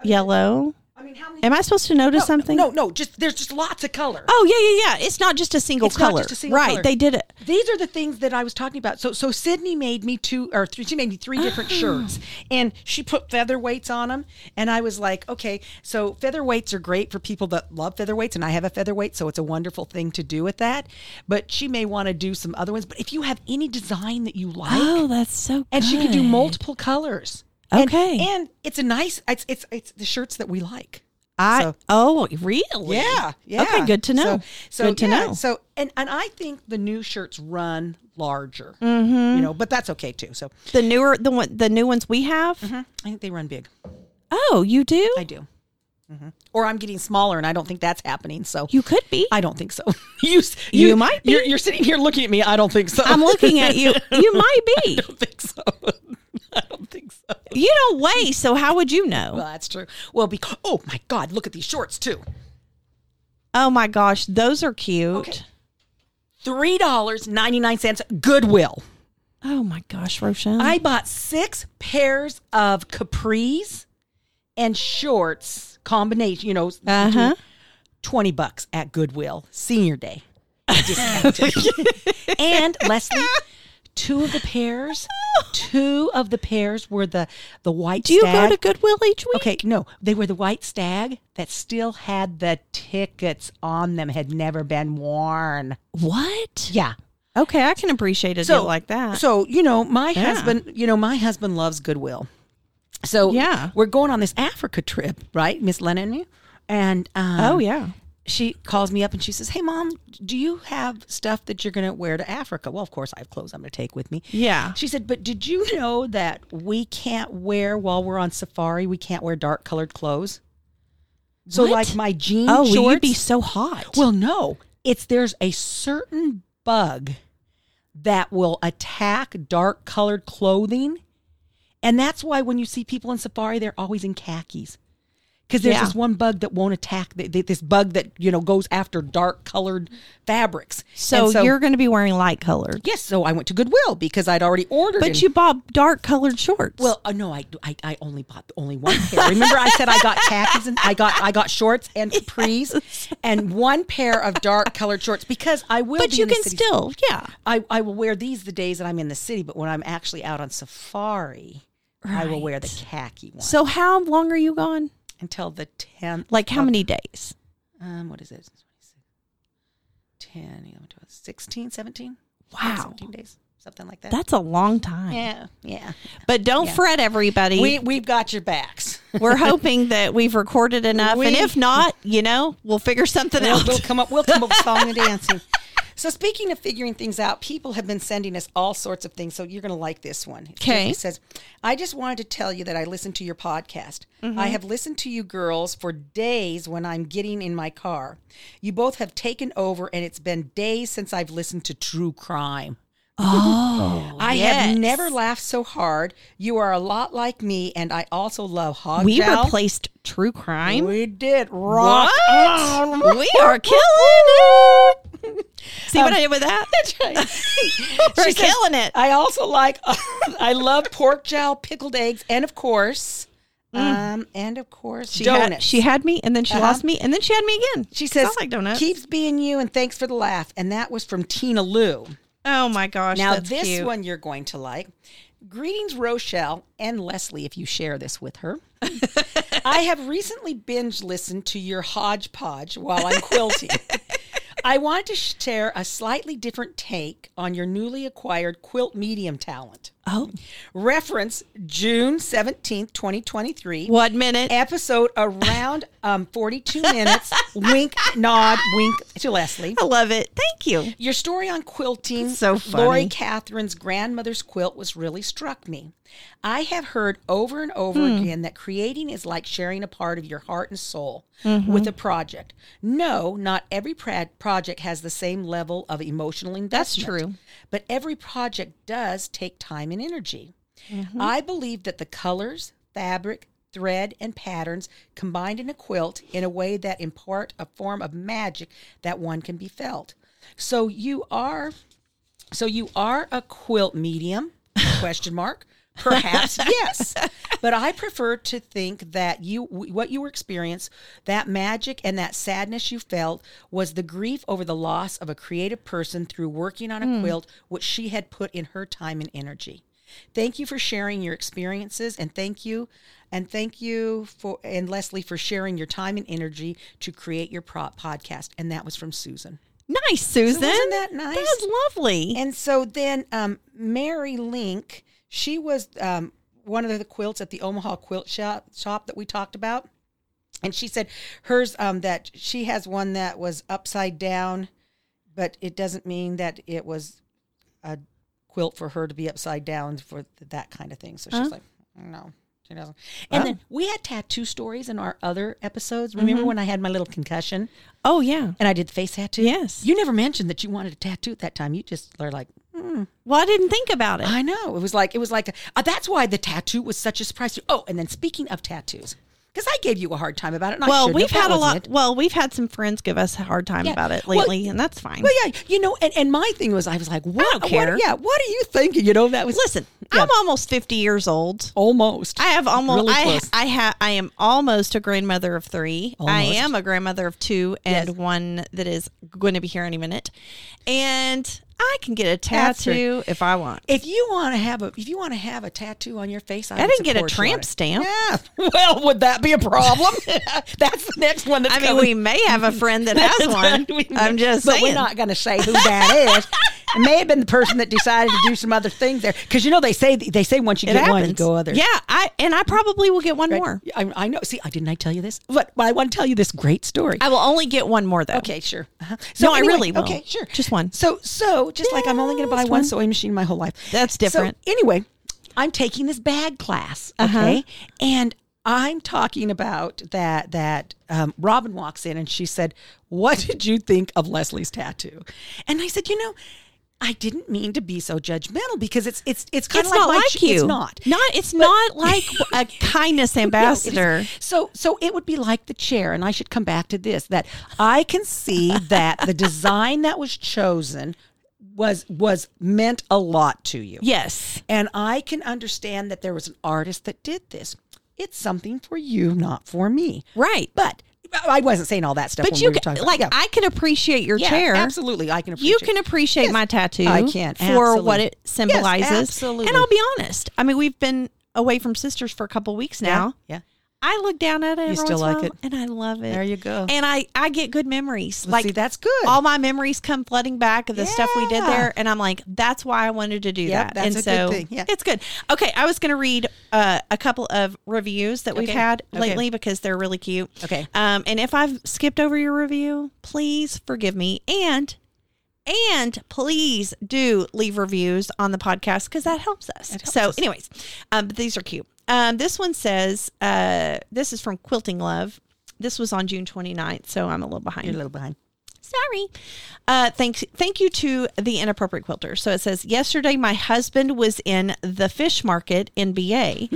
Speaker 1: yellow.
Speaker 2: I mean, how many?
Speaker 1: Am I supposed to notice
Speaker 2: Uh-huh. no,
Speaker 1: something?
Speaker 2: No, no. Just there's just lots of color.
Speaker 1: Oh yeah, yeah, yeah. It's not just a single
Speaker 2: It's not
Speaker 1: color.
Speaker 2: just a single
Speaker 1: right?
Speaker 2: color.
Speaker 1: They did it.
Speaker 2: These are the things that I was talking about. So, so Sydney made me two or three. She made me three
Speaker 1: Oh.
Speaker 2: different shirts, and she put feather weights on them. And I was like, okay, so feather weights are great for people that love feather weights, and I have a feather weight, so it's a wonderful thing to do with that. But she may want to do some other ones. But if you have any design that you like,
Speaker 1: Oh, that's so.
Speaker 2: and she can do
Speaker 1: good.
Speaker 2: multiple colors. And-
Speaker 1: Okay.
Speaker 2: and, it's a nice. It's it's it's the shirts that we like.
Speaker 1: I
Speaker 2: So-
Speaker 1: oh really?
Speaker 2: Yeah, yeah.
Speaker 1: Okay, good to know.
Speaker 2: So, so
Speaker 1: good to
Speaker 2: yeah,
Speaker 1: know.
Speaker 2: So, and and I think the new shirts run larger,
Speaker 1: Mhm.
Speaker 2: you know, but that's okay too. So,
Speaker 1: The newer the one the new ones we have.
Speaker 2: I think they run big.
Speaker 1: Oh, you do?
Speaker 2: Mm-hmm. I do. Mhm. Or I'm getting smaller, and I don't think that's happening. So,
Speaker 1: you could be.
Speaker 2: I don't think so. you, s-
Speaker 1: You might be.
Speaker 2: You're, you're sitting here looking at me. I don't think so.
Speaker 1: I'm looking at you. You might be.
Speaker 2: I don't think so. I don't think so.
Speaker 1: You don't weigh, so how would you know?
Speaker 2: Well, that's true. Well, because oh my God, look at these shorts too.
Speaker 1: Oh my gosh, those are cute.
Speaker 2: Okay. Three dollars ninety nine cents. Goodwill.
Speaker 1: Oh my gosh, Roshan.
Speaker 2: I bought six pairs of capris and shorts combination. You know,
Speaker 1: uh huh.
Speaker 2: twenty bucks at Goodwill Senior Day, Discounted. and Leslie, two of the pairs, two of the pairs were the the white.
Speaker 1: Do you
Speaker 2: stag.
Speaker 1: go to Goodwill each week?
Speaker 2: Okay, no, they were the white stag that still had the tickets on them, had never been worn.
Speaker 1: What?
Speaker 2: Yeah.
Speaker 1: Okay, I can appreciate a deal like that.
Speaker 2: So, you know, my husband, you know, my husband loves Goodwill. So,
Speaker 1: Yeah.
Speaker 2: we're going on this Africa trip, right, Miss Lennon? And um,
Speaker 1: oh yeah.
Speaker 2: she calls me up and she says, Hey, mom, do you have stuff that you're going to wear to Africa? Well, of course, I have clothes I'm going to take with me.
Speaker 1: Yeah.
Speaker 2: She said, But did you know that we can't wear, while we're on safari, we can't wear dark colored clothes? So,
Speaker 1: What?
Speaker 2: like my jean
Speaker 1: Oh,
Speaker 2: shorts.
Speaker 1: well, you'd be so hot.
Speaker 2: Well, no, it's there's a certain bug that will attack dark colored clothing. And that's why when you see people in safari, they're always in khakis. Because there's
Speaker 1: Yeah.
Speaker 2: this one bug that won't attack th- th- this bug that you know goes after dark colored fabrics.
Speaker 1: so,
Speaker 2: And
Speaker 1: you're going to be wearing light colored,
Speaker 2: yes. So I went to Goodwill because I'd already ordered.
Speaker 1: but
Speaker 2: and-
Speaker 1: you bought dark colored shorts.
Speaker 2: well, uh, no, I, I I only bought the only one pair. Remember, I said I got khakis and I got I got shorts and capris and one pair of dark colored shorts because I will.
Speaker 1: but
Speaker 2: be
Speaker 1: you
Speaker 2: in the
Speaker 1: can
Speaker 2: city.
Speaker 1: still, yeah.
Speaker 2: I, I will wear these the days that I'm in the city, but when I'm actually out on safari, I will wear the khaki one
Speaker 1: So how long are you gone?
Speaker 2: until the 10th.
Speaker 1: Like how
Speaker 2: of-
Speaker 1: many days?
Speaker 2: Um, what is it? 10, 11, 12, 16, 17?
Speaker 1: Wow.
Speaker 2: 17 days, something like that.
Speaker 1: That's a long time.
Speaker 2: yeah, yeah.
Speaker 1: But don't fret, everybody.
Speaker 2: We,
Speaker 1: We,
Speaker 2: we've got your backs.
Speaker 1: are hoping that we've recorded enough, and
Speaker 2: We-
Speaker 1: if not, you know, we'll figure something
Speaker 2: We'll,
Speaker 1: out.
Speaker 2: we'll come up. We'll come up with song and dancing. So speaking of figuring things out, people have been sending us all sorts of things. So you're going to like this one.
Speaker 1: Okay.
Speaker 2: It says, "I just wanted to tell you that I listened to your podcast.
Speaker 1: Mm-hmm.
Speaker 2: I have listened to you girls for days when I'm getting in my car. You both have taken over, and it's been days since I've listened to true crime."
Speaker 1: Oh,
Speaker 2: I
Speaker 1: yes.
Speaker 2: have never laughed so hard. You are a lot like me, and I also love hog
Speaker 1: We
Speaker 2: jowl.
Speaker 1: replaced true crime.
Speaker 2: We did rock.
Speaker 1: What? we are killing it. See
Speaker 2: Um,
Speaker 1: what I did with that? We're
Speaker 2: She says,
Speaker 1: killing it.
Speaker 2: I also like, I love pork jowl, pickled eggs, and of course, um, and of course,
Speaker 1: She
Speaker 2: donuts.
Speaker 1: had, she had me, and then she lost me, and then she had me again.
Speaker 2: Uh-huh. She says,
Speaker 1: I like donuts.
Speaker 2: keeps being you, and thanks for the laugh. And that was from Tina Lou.
Speaker 1: oh my gosh!
Speaker 2: Now,
Speaker 1: that's
Speaker 2: this
Speaker 1: cute.
Speaker 2: one you're going to like. Greetings, Rochelle and Leslie, if you share this with her. I have recently binge listened to your hodgepodge while I'm quilting. I want to share a slightly different take on your newly acquired quilt medium talent.
Speaker 1: Oh,
Speaker 2: Reference June 17th, 2023.
Speaker 1: what minute?
Speaker 2: Episode around um, 42 minutes. wink, nod, wink to Leslie.
Speaker 1: I love it. Thank you.
Speaker 2: Your story on quilting,
Speaker 1: Oh. So funny.
Speaker 2: Lori Catherine's grandmother's quilt, was really struck me. I have heard over and over again that creating is like sharing a part of your heart and soul with a project. No, not every pra- project has the same level of emotional investment.
Speaker 1: true.
Speaker 2: But every project does take time and energy. I believe that the colors, fabric, thread, and patterns combined in a quilt in a way that impart a form of magic that one can be felt. So you are so you are a quilt medium? Question mark. Perhaps yes, but I prefer to think that you what you experienced, that magic and that sadness you felt was the grief over the loss of a creative person through working on a
Speaker 1: Hmm.
Speaker 2: quilt which she had put in her time and energy. Thank you for sharing your experiences and thank you and thank you for and Leslie for sharing your time and energy to create your pro- podcast and that was from Susan.
Speaker 1: Nice, Susan.
Speaker 2: Wasn't that nice?
Speaker 1: That's lovely.
Speaker 2: And so then um, Mary Link, she was um, one of the quilts at the Omaha quilt shop, shop that we talked about. And she said hers um, that she has one that was upside down, but it doesn't mean that it was a quilt for her to be upside down for th- that kind of thing. So she's like, no, she doesn't. And then we had tattoo stories in our other episodes. Remember when I had my little concussion
Speaker 1: Oh yeah.
Speaker 2: and I did the face tattoo?
Speaker 1: Yes.
Speaker 2: You never mentioned that you wanted a tattoo at that time. You just were like,
Speaker 1: Well, I didn't think about it.
Speaker 2: I know. It was like it was like uh, that's why the tattoo was such a surprise to you. Oh, and then speaking of tattoos, because I gave you a hard time about it. and I
Speaker 1: well,
Speaker 2: shouldn't
Speaker 1: we've
Speaker 2: have.
Speaker 1: had
Speaker 2: That
Speaker 1: a
Speaker 2: wasn't
Speaker 1: lot.
Speaker 2: it.
Speaker 1: Well, we've had some friends give us a hard time
Speaker 2: Yeah.
Speaker 1: about it
Speaker 2: Well,
Speaker 1: lately, and that's fine.
Speaker 2: Well, Oh, yeah, you know, and, and my thing was, I was like, what?
Speaker 1: don't
Speaker 2: what-
Speaker 1: care.
Speaker 2: yeah, what are you thinking? You know, that was
Speaker 1: Listen, I'm almost 50 years old.
Speaker 2: almost.
Speaker 1: I have almost.
Speaker 2: Really
Speaker 1: I
Speaker 2: close.
Speaker 1: I have. I am almost a grandmother of three. I
Speaker 2: Almost.
Speaker 1: am a grandmother of two, and
Speaker 2: Yes.
Speaker 1: one that is going to be here any minute. And I can get a
Speaker 2: That's true.
Speaker 1: tattoo if I want.
Speaker 2: if you want to have a, if you want to have a tattoo on your face, I,
Speaker 1: I
Speaker 2: would
Speaker 1: didn't get a
Speaker 2: support you on
Speaker 1: tramp
Speaker 2: it.
Speaker 1: stamp.
Speaker 2: Yeah. Well, would that be a problem? that's the next one. That's
Speaker 1: I mean,
Speaker 2: coming.
Speaker 1: we may have a friend that has one. I'm just
Speaker 2: but
Speaker 1: saying.
Speaker 2: we're not going to say who that is. It may have been the person that decided to do some other things there, because you know they say they say once you
Speaker 1: it
Speaker 2: get
Speaker 1: happens.
Speaker 2: one, you go other.
Speaker 1: Yeah, I and I probably will get one more.
Speaker 2: I, I know. See, I didn't I tell you this? But, but I want to tell you this great story.
Speaker 1: I will only get one more though.
Speaker 2: Okay, sure. Uh-huh.
Speaker 1: No, I really will.
Speaker 2: Okay, sure.
Speaker 1: Just one.
Speaker 2: So, so just like I'm only going to buy
Speaker 1: Just
Speaker 2: one
Speaker 1: one.
Speaker 2: sewing machine my whole life.
Speaker 1: That's different.
Speaker 2: So anyway, I'm taking this bag class.
Speaker 1: Uh-huh.
Speaker 2: Okay, and I'm talking about that. That um, Robin walks in and she said, "What did you think of Leslie's tattoo?" And I said, "You know." I didn't mean to be so judgmental because it's it's it's kind
Speaker 1: It's
Speaker 2: of like
Speaker 1: not
Speaker 2: my
Speaker 1: like
Speaker 2: ch-
Speaker 1: you.
Speaker 2: It's not.
Speaker 1: Not. It's not like a kindness
Speaker 2: No, it is.
Speaker 1: ambassador.
Speaker 2: So so it would be like the chair, and I should come back to this that I can see that the design that was chosen was was meant a lot to you.
Speaker 1: yes.
Speaker 2: And I can understand that there was an artist that did this. It's something for you, not for me.
Speaker 1: Right.
Speaker 2: But I wasn't saying all that stuff.
Speaker 1: But
Speaker 2: when
Speaker 1: you
Speaker 2: we were
Speaker 1: ca-
Speaker 2: talking about-
Speaker 1: like
Speaker 2: yeah.
Speaker 1: I can appreciate your
Speaker 2: Yeah,
Speaker 1: chair.
Speaker 2: Absolutely, I can. Appreciate
Speaker 1: You can appreciate my tattoo.
Speaker 2: I can,
Speaker 1: for
Speaker 2: absolutely.
Speaker 1: what it
Speaker 2: Yes,
Speaker 1: symbolizes.
Speaker 2: absolutely.
Speaker 1: And I'll be honest. I mean, we've been away from sisters for a couple weeks now.
Speaker 2: Yeah.
Speaker 1: I look down at it. every
Speaker 2: still
Speaker 1: once in a
Speaker 2: like
Speaker 1: while,
Speaker 2: it?
Speaker 1: and I love it.
Speaker 2: There you go.
Speaker 1: And I I get good memories.
Speaker 2: Like
Speaker 1: like
Speaker 2: see, that's good.
Speaker 1: all my memories come flooding back of the stuff we did
Speaker 2: Yeah.
Speaker 1: there, and I'm like, that's why I wanted to do
Speaker 2: Yep,
Speaker 1: that.
Speaker 2: that's
Speaker 1: and
Speaker 2: a
Speaker 1: so
Speaker 2: good thing. Yeah.
Speaker 1: it's good. Okay, I was going to read uh, a couple of reviews that we've
Speaker 2: Okay.
Speaker 1: had
Speaker 2: Okay.
Speaker 1: lately because they're really cute.
Speaker 2: Okay.
Speaker 1: Um, and if I've skipped over your review, please forgive me and. And please do leave reviews on the podcast because that helps us. so, anyways, um, but these are cute. Um, this one says, uh, this is from Quilting Love. This was on June 29th, so I'm a little behind.
Speaker 2: You're a little behind.
Speaker 1: Sorry. Uh, thanks. Thank you to the inappropriate quilter. So it says, yesterday my husband was in the fish market in BA.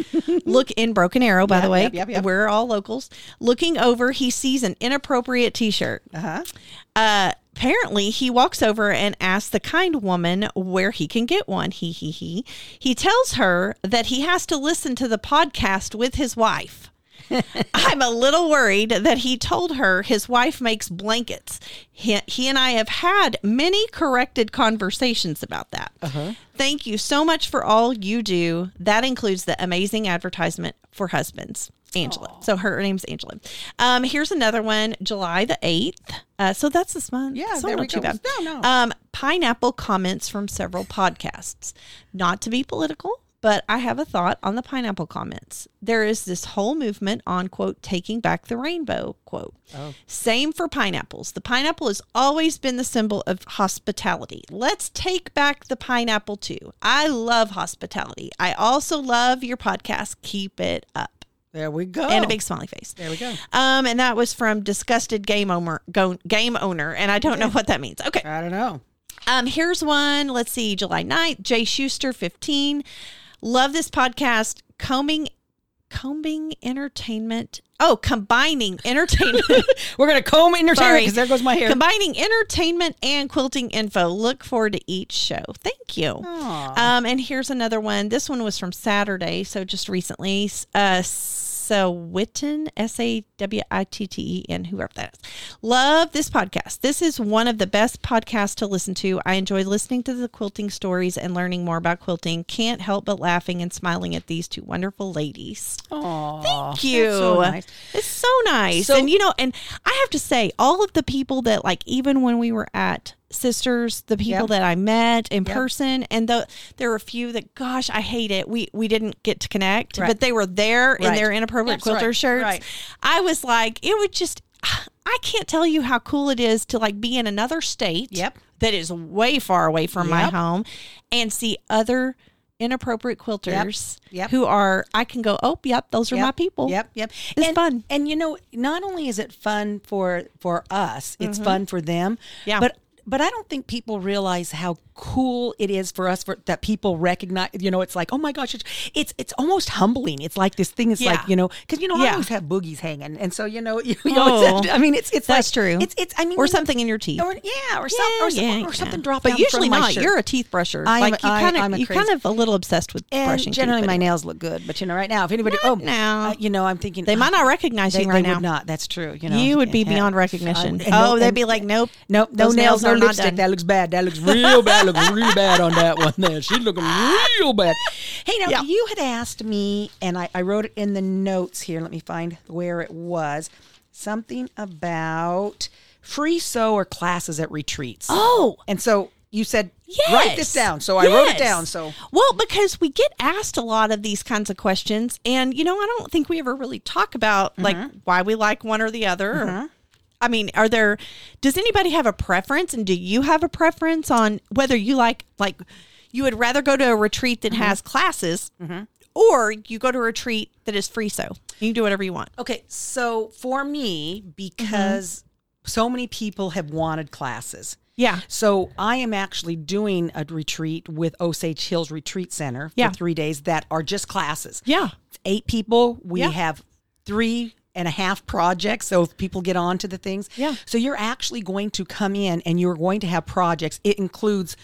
Speaker 1: Look in Broken Arrow, by the way.
Speaker 2: yep, yep, yep.
Speaker 1: We're all locals. Looking over, he sees an inappropriate T-shirt.
Speaker 2: Uh huh.
Speaker 1: Uh, apparently, he walks over and asks the kind woman where he can get one. He he he. He tells her that he has to listen to the podcast with his wife. I'm a little worried that he told her his wife makes blankets. He, he and I have had many corrected conversations about that.
Speaker 2: Uh-huh.
Speaker 1: Thank you so much for all you do. That includes the amazing advertisement for husbands, Angela. So her name's Angela. Um, here's another one, July the 8th. Uh, so that's this month.
Speaker 2: Yeah,
Speaker 1: so
Speaker 2: there
Speaker 1: not
Speaker 2: we
Speaker 1: too
Speaker 2: go.
Speaker 1: bad.
Speaker 2: No, no.
Speaker 1: Um, pineapple comments from several podcasts. Not to be political, but I have a thought on the pineapple comments. There is this whole movement on, quote, taking back the rainbow, quote. Same for pineapples. The pineapple has always been the symbol of hospitality. Let's take back the pineapple too. I love hospitality. I also love your podcast. Keep it up.
Speaker 2: There we go.
Speaker 1: And a big smiley face.
Speaker 2: There we go.
Speaker 1: Um, and that was from disgusted game owner, go, game owner, and I don't know what that means. Okay,
Speaker 2: I don't know.
Speaker 1: um, here's one. Let's see, July 9th, Jay Schuster, fifteen. Love this podcast. Combing, combing entertainment. Oh, combining entertainment.
Speaker 2: We're gonna comb entertainment
Speaker 1: Sorry.
Speaker 2: because there goes my hair.
Speaker 1: Combining entertainment and quilting info. Look forward to each show. Thank you.
Speaker 2: Aw.
Speaker 1: Um, and here's another one. This one was from Saturday, so just recently. Uh, Sawitten, S A W I T T E N, whoever that is. Love this podcast. This is one of the best podcasts to listen to. I enjoy listening to the quilting stories and learning more about quilting. Can't help but laughing and smiling at these two wonderful ladies.
Speaker 2: Aw,
Speaker 1: Thank you.
Speaker 2: That's so nice.
Speaker 1: It's so nice.
Speaker 2: So-
Speaker 1: and you know, and I have to say, all of the people that like even when we were at sisters, the people
Speaker 2: Yep.
Speaker 1: that I met in
Speaker 2: Yep.
Speaker 1: person, and the, there were a few that, gosh, I hate it. We we didn't get to connect,
Speaker 2: Right.
Speaker 1: but they were there in
Speaker 2: Right.
Speaker 1: their inappropriate
Speaker 2: That's
Speaker 1: quilter
Speaker 2: right.
Speaker 1: shirts.
Speaker 2: Right.
Speaker 1: I was like, it would just. I can't tell you how cool it is to like be in another state
Speaker 2: Yep.
Speaker 1: that is way far away from my
Speaker 2: Yep.
Speaker 1: home and see other inappropriate quilters
Speaker 2: Yep.
Speaker 1: who are I can go, "Oh, yep, those are my people."
Speaker 2: Yep, yep.
Speaker 1: It's
Speaker 2: and,
Speaker 1: fun.
Speaker 2: And you know, not only is it fun for for us, it's fun for them.
Speaker 1: Mm-hmm. Yeah.
Speaker 2: But but I don't think people realize how cool it is for us for that people recognize. You know, it's like, oh my gosh, it's it's, it's almost humbling. It's like this thing. It's
Speaker 1: Yeah.
Speaker 2: like you know, because you know, I
Speaker 1: Yeah.
Speaker 2: always have boogies hanging, and so you know, you, you always have
Speaker 1: Oh.
Speaker 2: to- I mean, it's it's
Speaker 1: That's
Speaker 2: like,
Speaker 1: true.
Speaker 2: It's it's. I mean,
Speaker 1: Or
Speaker 2: you know,
Speaker 1: something in your teeth.
Speaker 2: Or, yeah, or, some, or, some, or something dropped
Speaker 1: But
Speaker 2: down
Speaker 1: usually
Speaker 2: from my
Speaker 1: not.
Speaker 2: shirt.
Speaker 1: You're a teeth brusher.
Speaker 2: I'm-
Speaker 1: like you
Speaker 2: I-
Speaker 1: kind
Speaker 2: I'm
Speaker 1: of
Speaker 2: a
Speaker 1: you
Speaker 2: crazy-
Speaker 1: kind of a little obsessed with
Speaker 2: and
Speaker 1: brushing. teeth,
Speaker 2: generally,
Speaker 1: but
Speaker 2: my nails look good, but you know, right now, if anybody, oh
Speaker 1: now.
Speaker 2: uh, you know, I'm thinking
Speaker 1: they might not recognize
Speaker 2: They,
Speaker 1: you right
Speaker 2: they
Speaker 1: now.
Speaker 2: would not. That's true. You know,
Speaker 1: You would be
Speaker 2: and-
Speaker 1: beyond
Speaker 2: and-
Speaker 1: recognition.
Speaker 2: I- and
Speaker 1: oh,
Speaker 2: no-
Speaker 1: they'd
Speaker 2: and-
Speaker 1: be like, nope,
Speaker 2: Nope, no
Speaker 1: those
Speaker 2: nails, no
Speaker 1: are not
Speaker 2: lipstick.
Speaker 1: done.
Speaker 2: That looks bad. That looks real bad. Looks real bad on that one. There, she's looking real bad. Hey, now
Speaker 1: Yeah.
Speaker 2: you had asked me, and I, I wrote it in the notes here. Let me find where it was. Something about free sewer classes at retreats.
Speaker 1: Oh,
Speaker 2: and so you said write this
Speaker 1: Yes.
Speaker 2: down. So I wrote
Speaker 1: Yes.
Speaker 2: it down. So
Speaker 1: well, because we get asked a lot of these kinds of questions, and you know, I don't think we ever really talk about
Speaker 2: Mm-hmm.
Speaker 1: like why we like one or the other. or- I mean, are there? Does anybody have a preference, and do you have a preference on whether you like like you would rather go to a retreat
Speaker 2: Mm-hmm.
Speaker 1: that has classes, or you go to a retreat that is free? So you can do whatever you want.
Speaker 2: Okay, so for me, because so many people have wanted classes.
Speaker 1: Yeah.
Speaker 2: So I am actually doing a retreat with Osage Hills Retreat Center for
Speaker 1: Yeah.
Speaker 2: three days that are just classes.
Speaker 1: Yeah.
Speaker 2: It's eight people. We
Speaker 1: Yeah.
Speaker 2: have three and a half projects. So if people get on to the things.
Speaker 1: Yeah.
Speaker 2: So you're actually going to come in and you're going to have projects. It includes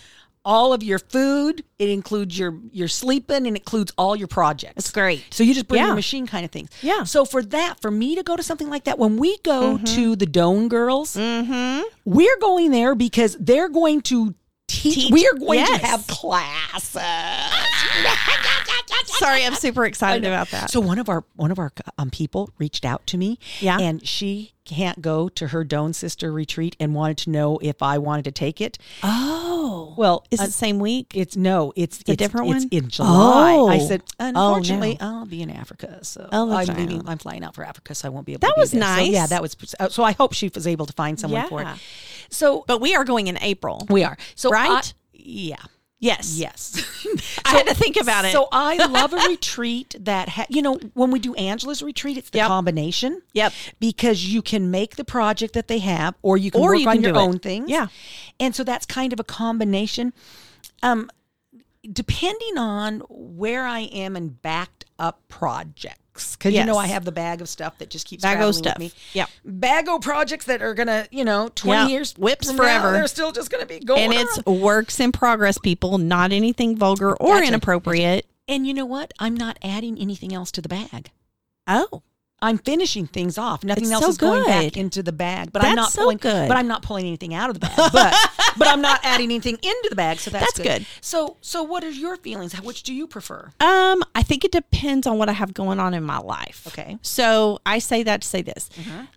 Speaker 2: all of your food, it includes your your sleeping, and it includes all your projects.
Speaker 1: It's great.
Speaker 2: So you just bring
Speaker 1: Yeah.
Speaker 2: your machine kind of things.
Speaker 1: Yeah. Mm-hmm.
Speaker 2: So for that, for me to go to something like that, when we go to the Doan Girls, we're going there because they're going to teach.
Speaker 1: Teach.
Speaker 2: We are going
Speaker 1: Yes.
Speaker 2: to have classes.
Speaker 1: Sorry, I'm super excited about that.
Speaker 2: So one of our one of our um, people reached out to me,
Speaker 1: Yeah.
Speaker 2: and she can't go to her Doan sister retreat and wanted to know if I wanted to take it.
Speaker 1: oh, well,
Speaker 2: Well,
Speaker 1: is
Speaker 2: uh,
Speaker 1: it the same week?
Speaker 2: it's no, it's
Speaker 1: a
Speaker 2: it's-
Speaker 1: different
Speaker 2: it's
Speaker 1: one?
Speaker 2: in July. I
Speaker 1: Oh.
Speaker 2: said,
Speaker 1: Oh, no.
Speaker 2: unfortunately, I'll be in Africa, so
Speaker 1: Oh, that's
Speaker 2: I'm
Speaker 1: right.
Speaker 2: leaving. I'm flying out for Africa, so I won't be able.
Speaker 1: That
Speaker 2: to be
Speaker 1: was
Speaker 2: there. So,
Speaker 1: nice.
Speaker 2: yeah, that was. uh, So I hope she was able to find someone for
Speaker 1: Yeah.
Speaker 2: it. So
Speaker 1: but we are going in April.
Speaker 2: we are. So I-
Speaker 1: Right?
Speaker 2: yeah.
Speaker 1: yes.
Speaker 2: Yes.
Speaker 1: I had to think about it.
Speaker 2: So I love a retreat that ha- you know when we do Angela's retreat, it's the
Speaker 1: Yep.
Speaker 2: combination.
Speaker 1: Yep.
Speaker 2: Because you can make the project that they have, or you can
Speaker 1: Or
Speaker 2: work
Speaker 1: you
Speaker 2: on
Speaker 1: can
Speaker 2: your
Speaker 1: do it.
Speaker 2: own things.
Speaker 1: Yeah.
Speaker 2: And so that's kind of a combination. Um, depending on where I am and backed up projects, because you know
Speaker 1: Yes.
Speaker 2: I have the bag of stuff that just keeps
Speaker 1: Bag
Speaker 2: traveling
Speaker 1: of stuff.
Speaker 2: with me.
Speaker 1: Yep.
Speaker 2: Bag of projects that are gonna, you know, twenty
Speaker 1: Yeah.
Speaker 2: years
Speaker 1: Whips
Speaker 2: from now,
Speaker 1: forever.
Speaker 2: they're still just gonna be going.
Speaker 1: and
Speaker 2: on.
Speaker 1: it's works in progress, people, not anything vulgar or
Speaker 2: Gotcha.
Speaker 1: inappropriate.
Speaker 2: And you know what? I'm not adding anything else to the bag.
Speaker 1: Oh,
Speaker 2: I'm finishing things off. Nothing
Speaker 1: It's
Speaker 2: else
Speaker 1: so
Speaker 2: is going
Speaker 1: good.
Speaker 2: back into the bag. But
Speaker 1: That's
Speaker 2: I'm not
Speaker 1: so
Speaker 2: pulling,
Speaker 1: good.
Speaker 2: But I'm not pulling anything out of the bag. But but I'm not adding anything into the bag. So that's,
Speaker 1: That's good.
Speaker 2: So so what are your feelings? How- Which do you prefer?
Speaker 1: um, I think it depends on what I have going on in my life.
Speaker 2: Okay. Mm-hmm.
Speaker 1: So I say that to say this,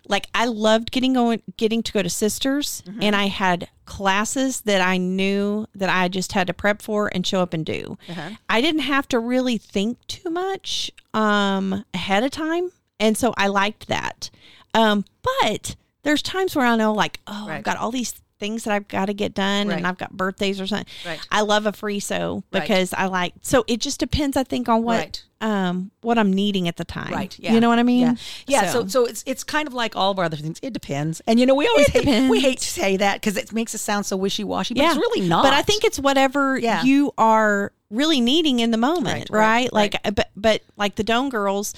Speaker 1: like I loved getting going, getting to go to sisters,
Speaker 2: Mm-hmm.
Speaker 1: and I had classes that I knew that I just had to prep for and show up and do.
Speaker 2: Uh-huh.
Speaker 1: I didn't have to really think too much um, ahead of time, and so I liked that. Um, but there's times where I know, like, oh, I've
Speaker 2: Right.
Speaker 1: got all these things that I've got to get done,
Speaker 2: Right.
Speaker 1: and I've got birthdays or something.
Speaker 2: Right.
Speaker 1: I love a free so
Speaker 2: Right.
Speaker 1: because I like. So it just depends, I think, on what
Speaker 2: Right.
Speaker 1: um what I'm needing at the time.
Speaker 2: Right. Yeah.
Speaker 1: You know what I mean?
Speaker 2: Yeah. Yeah, So. so it's it's kind of like all of our other things. It depends. And you know we always
Speaker 1: It
Speaker 2: hate, we hate
Speaker 1: depends.
Speaker 2: to say that because it makes us sound so wishy washy. But it's really not.
Speaker 1: But I think it's whatever
Speaker 2: Yeah.
Speaker 1: you are really needing in the moment,
Speaker 2: Right,
Speaker 1: right?
Speaker 2: right,
Speaker 1: like, but but like the Dome Girls,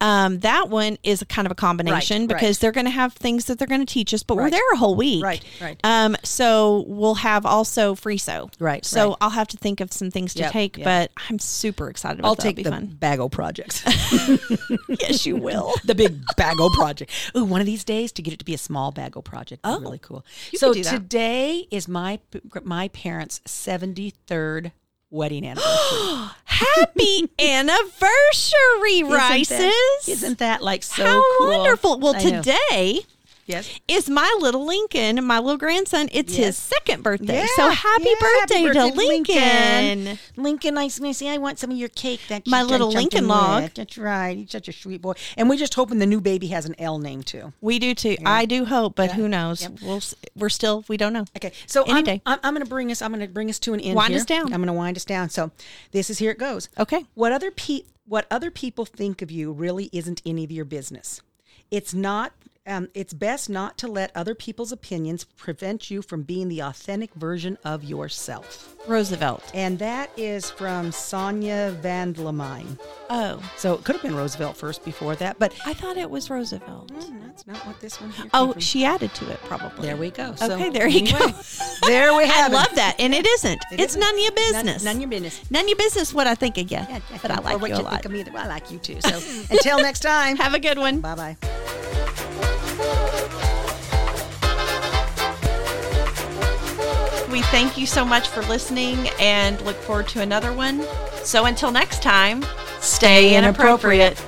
Speaker 1: um, that one is a kind of a combination
Speaker 2: Right, right.
Speaker 1: because they're going to have things that they're going to teach us, but we're
Speaker 2: Right.
Speaker 1: there a whole week,
Speaker 2: Right, right.
Speaker 1: Um, so we'll have also free so,
Speaker 2: Right,
Speaker 1: So
Speaker 2: right.
Speaker 1: I'll have to think of some things to
Speaker 2: Yep,
Speaker 1: take,
Speaker 2: yep.
Speaker 1: but I'm super excited. About
Speaker 2: I'll
Speaker 1: that.
Speaker 2: take the
Speaker 1: It'll be fun.
Speaker 2: bago projects.
Speaker 1: yes, you will.
Speaker 2: the big bago project. Ooh, one of these days to get it to be a small bago project. Oh, really cool. So
Speaker 1: could do that.
Speaker 2: today is my my parents' seventy third wedding anniversary.
Speaker 1: Happy anniversary,
Speaker 2: Isn't that-
Speaker 1: Rices!
Speaker 2: Isn't that like so
Speaker 1: How
Speaker 2: cool?
Speaker 1: wonderful. Well,
Speaker 2: I know.
Speaker 1: today
Speaker 2: Yes.
Speaker 1: is my little Lincoln, my little grandson. It's his
Speaker 2: Yes.
Speaker 1: second birthday.
Speaker 2: Yeah,
Speaker 1: So happy,
Speaker 2: yeah,
Speaker 1: birthday to
Speaker 2: birthday,
Speaker 1: Lincoln.
Speaker 2: Lincoln, I was going to say, I want some of your cake. That
Speaker 1: My
Speaker 2: you done
Speaker 1: little
Speaker 2: something
Speaker 1: Lincoln log.
Speaker 2: with. That's right. He's such a sweet boy. And we're just hoping the new baby has an L name too.
Speaker 1: We do too. I do hope, but who knows?
Speaker 2: Yep.
Speaker 1: We'll s- we're still we don't know.
Speaker 2: Okay, so
Speaker 1: Any
Speaker 2: I'm,
Speaker 1: day.
Speaker 2: I'm, I'm going to bring us. I'm going to bring us to an end.
Speaker 1: Wind
Speaker 2: here.
Speaker 1: us down.
Speaker 2: I'm going to wind us down. So this is here it goes.
Speaker 1: Okay.
Speaker 2: What other pe- what other people think of you really isn't any of your business. It's not. Um, it's best not to let other people's opinions prevent you from being the authentic version of yourself.
Speaker 1: Roosevelt.
Speaker 2: And that is from Sonia Van Lamine.
Speaker 1: Oh,
Speaker 2: So it could have been Roosevelt first before that, but
Speaker 1: I thought it was Roosevelt.
Speaker 2: that's not what this one here.
Speaker 1: Mm. Oh,
Speaker 2: came from.
Speaker 1: she added to it probably.
Speaker 2: there we go. So
Speaker 1: Okay, there you
Speaker 2: anyway,
Speaker 1: go.
Speaker 2: there we
Speaker 1: I
Speaker 2: have it.
Speaker 1: love that, and it isn't.
Speaker 2: It
Speaker 1: it's
Speaker 2: isn't.
Speaker 1: none of your
Speaker 2: None-
Speaker 1: business.
Speaker 2: None of your business.
Speaker 1: None of your business what I think of you,
Speaker 2: Yeah,
Speaker 1: but I like
Speaker 2: or what
Speaker 1: you
Speaker 2: you
Speaker 1: a lot.
Speaker 2: Think of me, well, I like you too. So until next time,
Speaker 1: Have a good one.
Speaker 2: bye bye.
Speaker 1: We thank you so much for listening and look forward to another one. So until next time, stay inappropriate.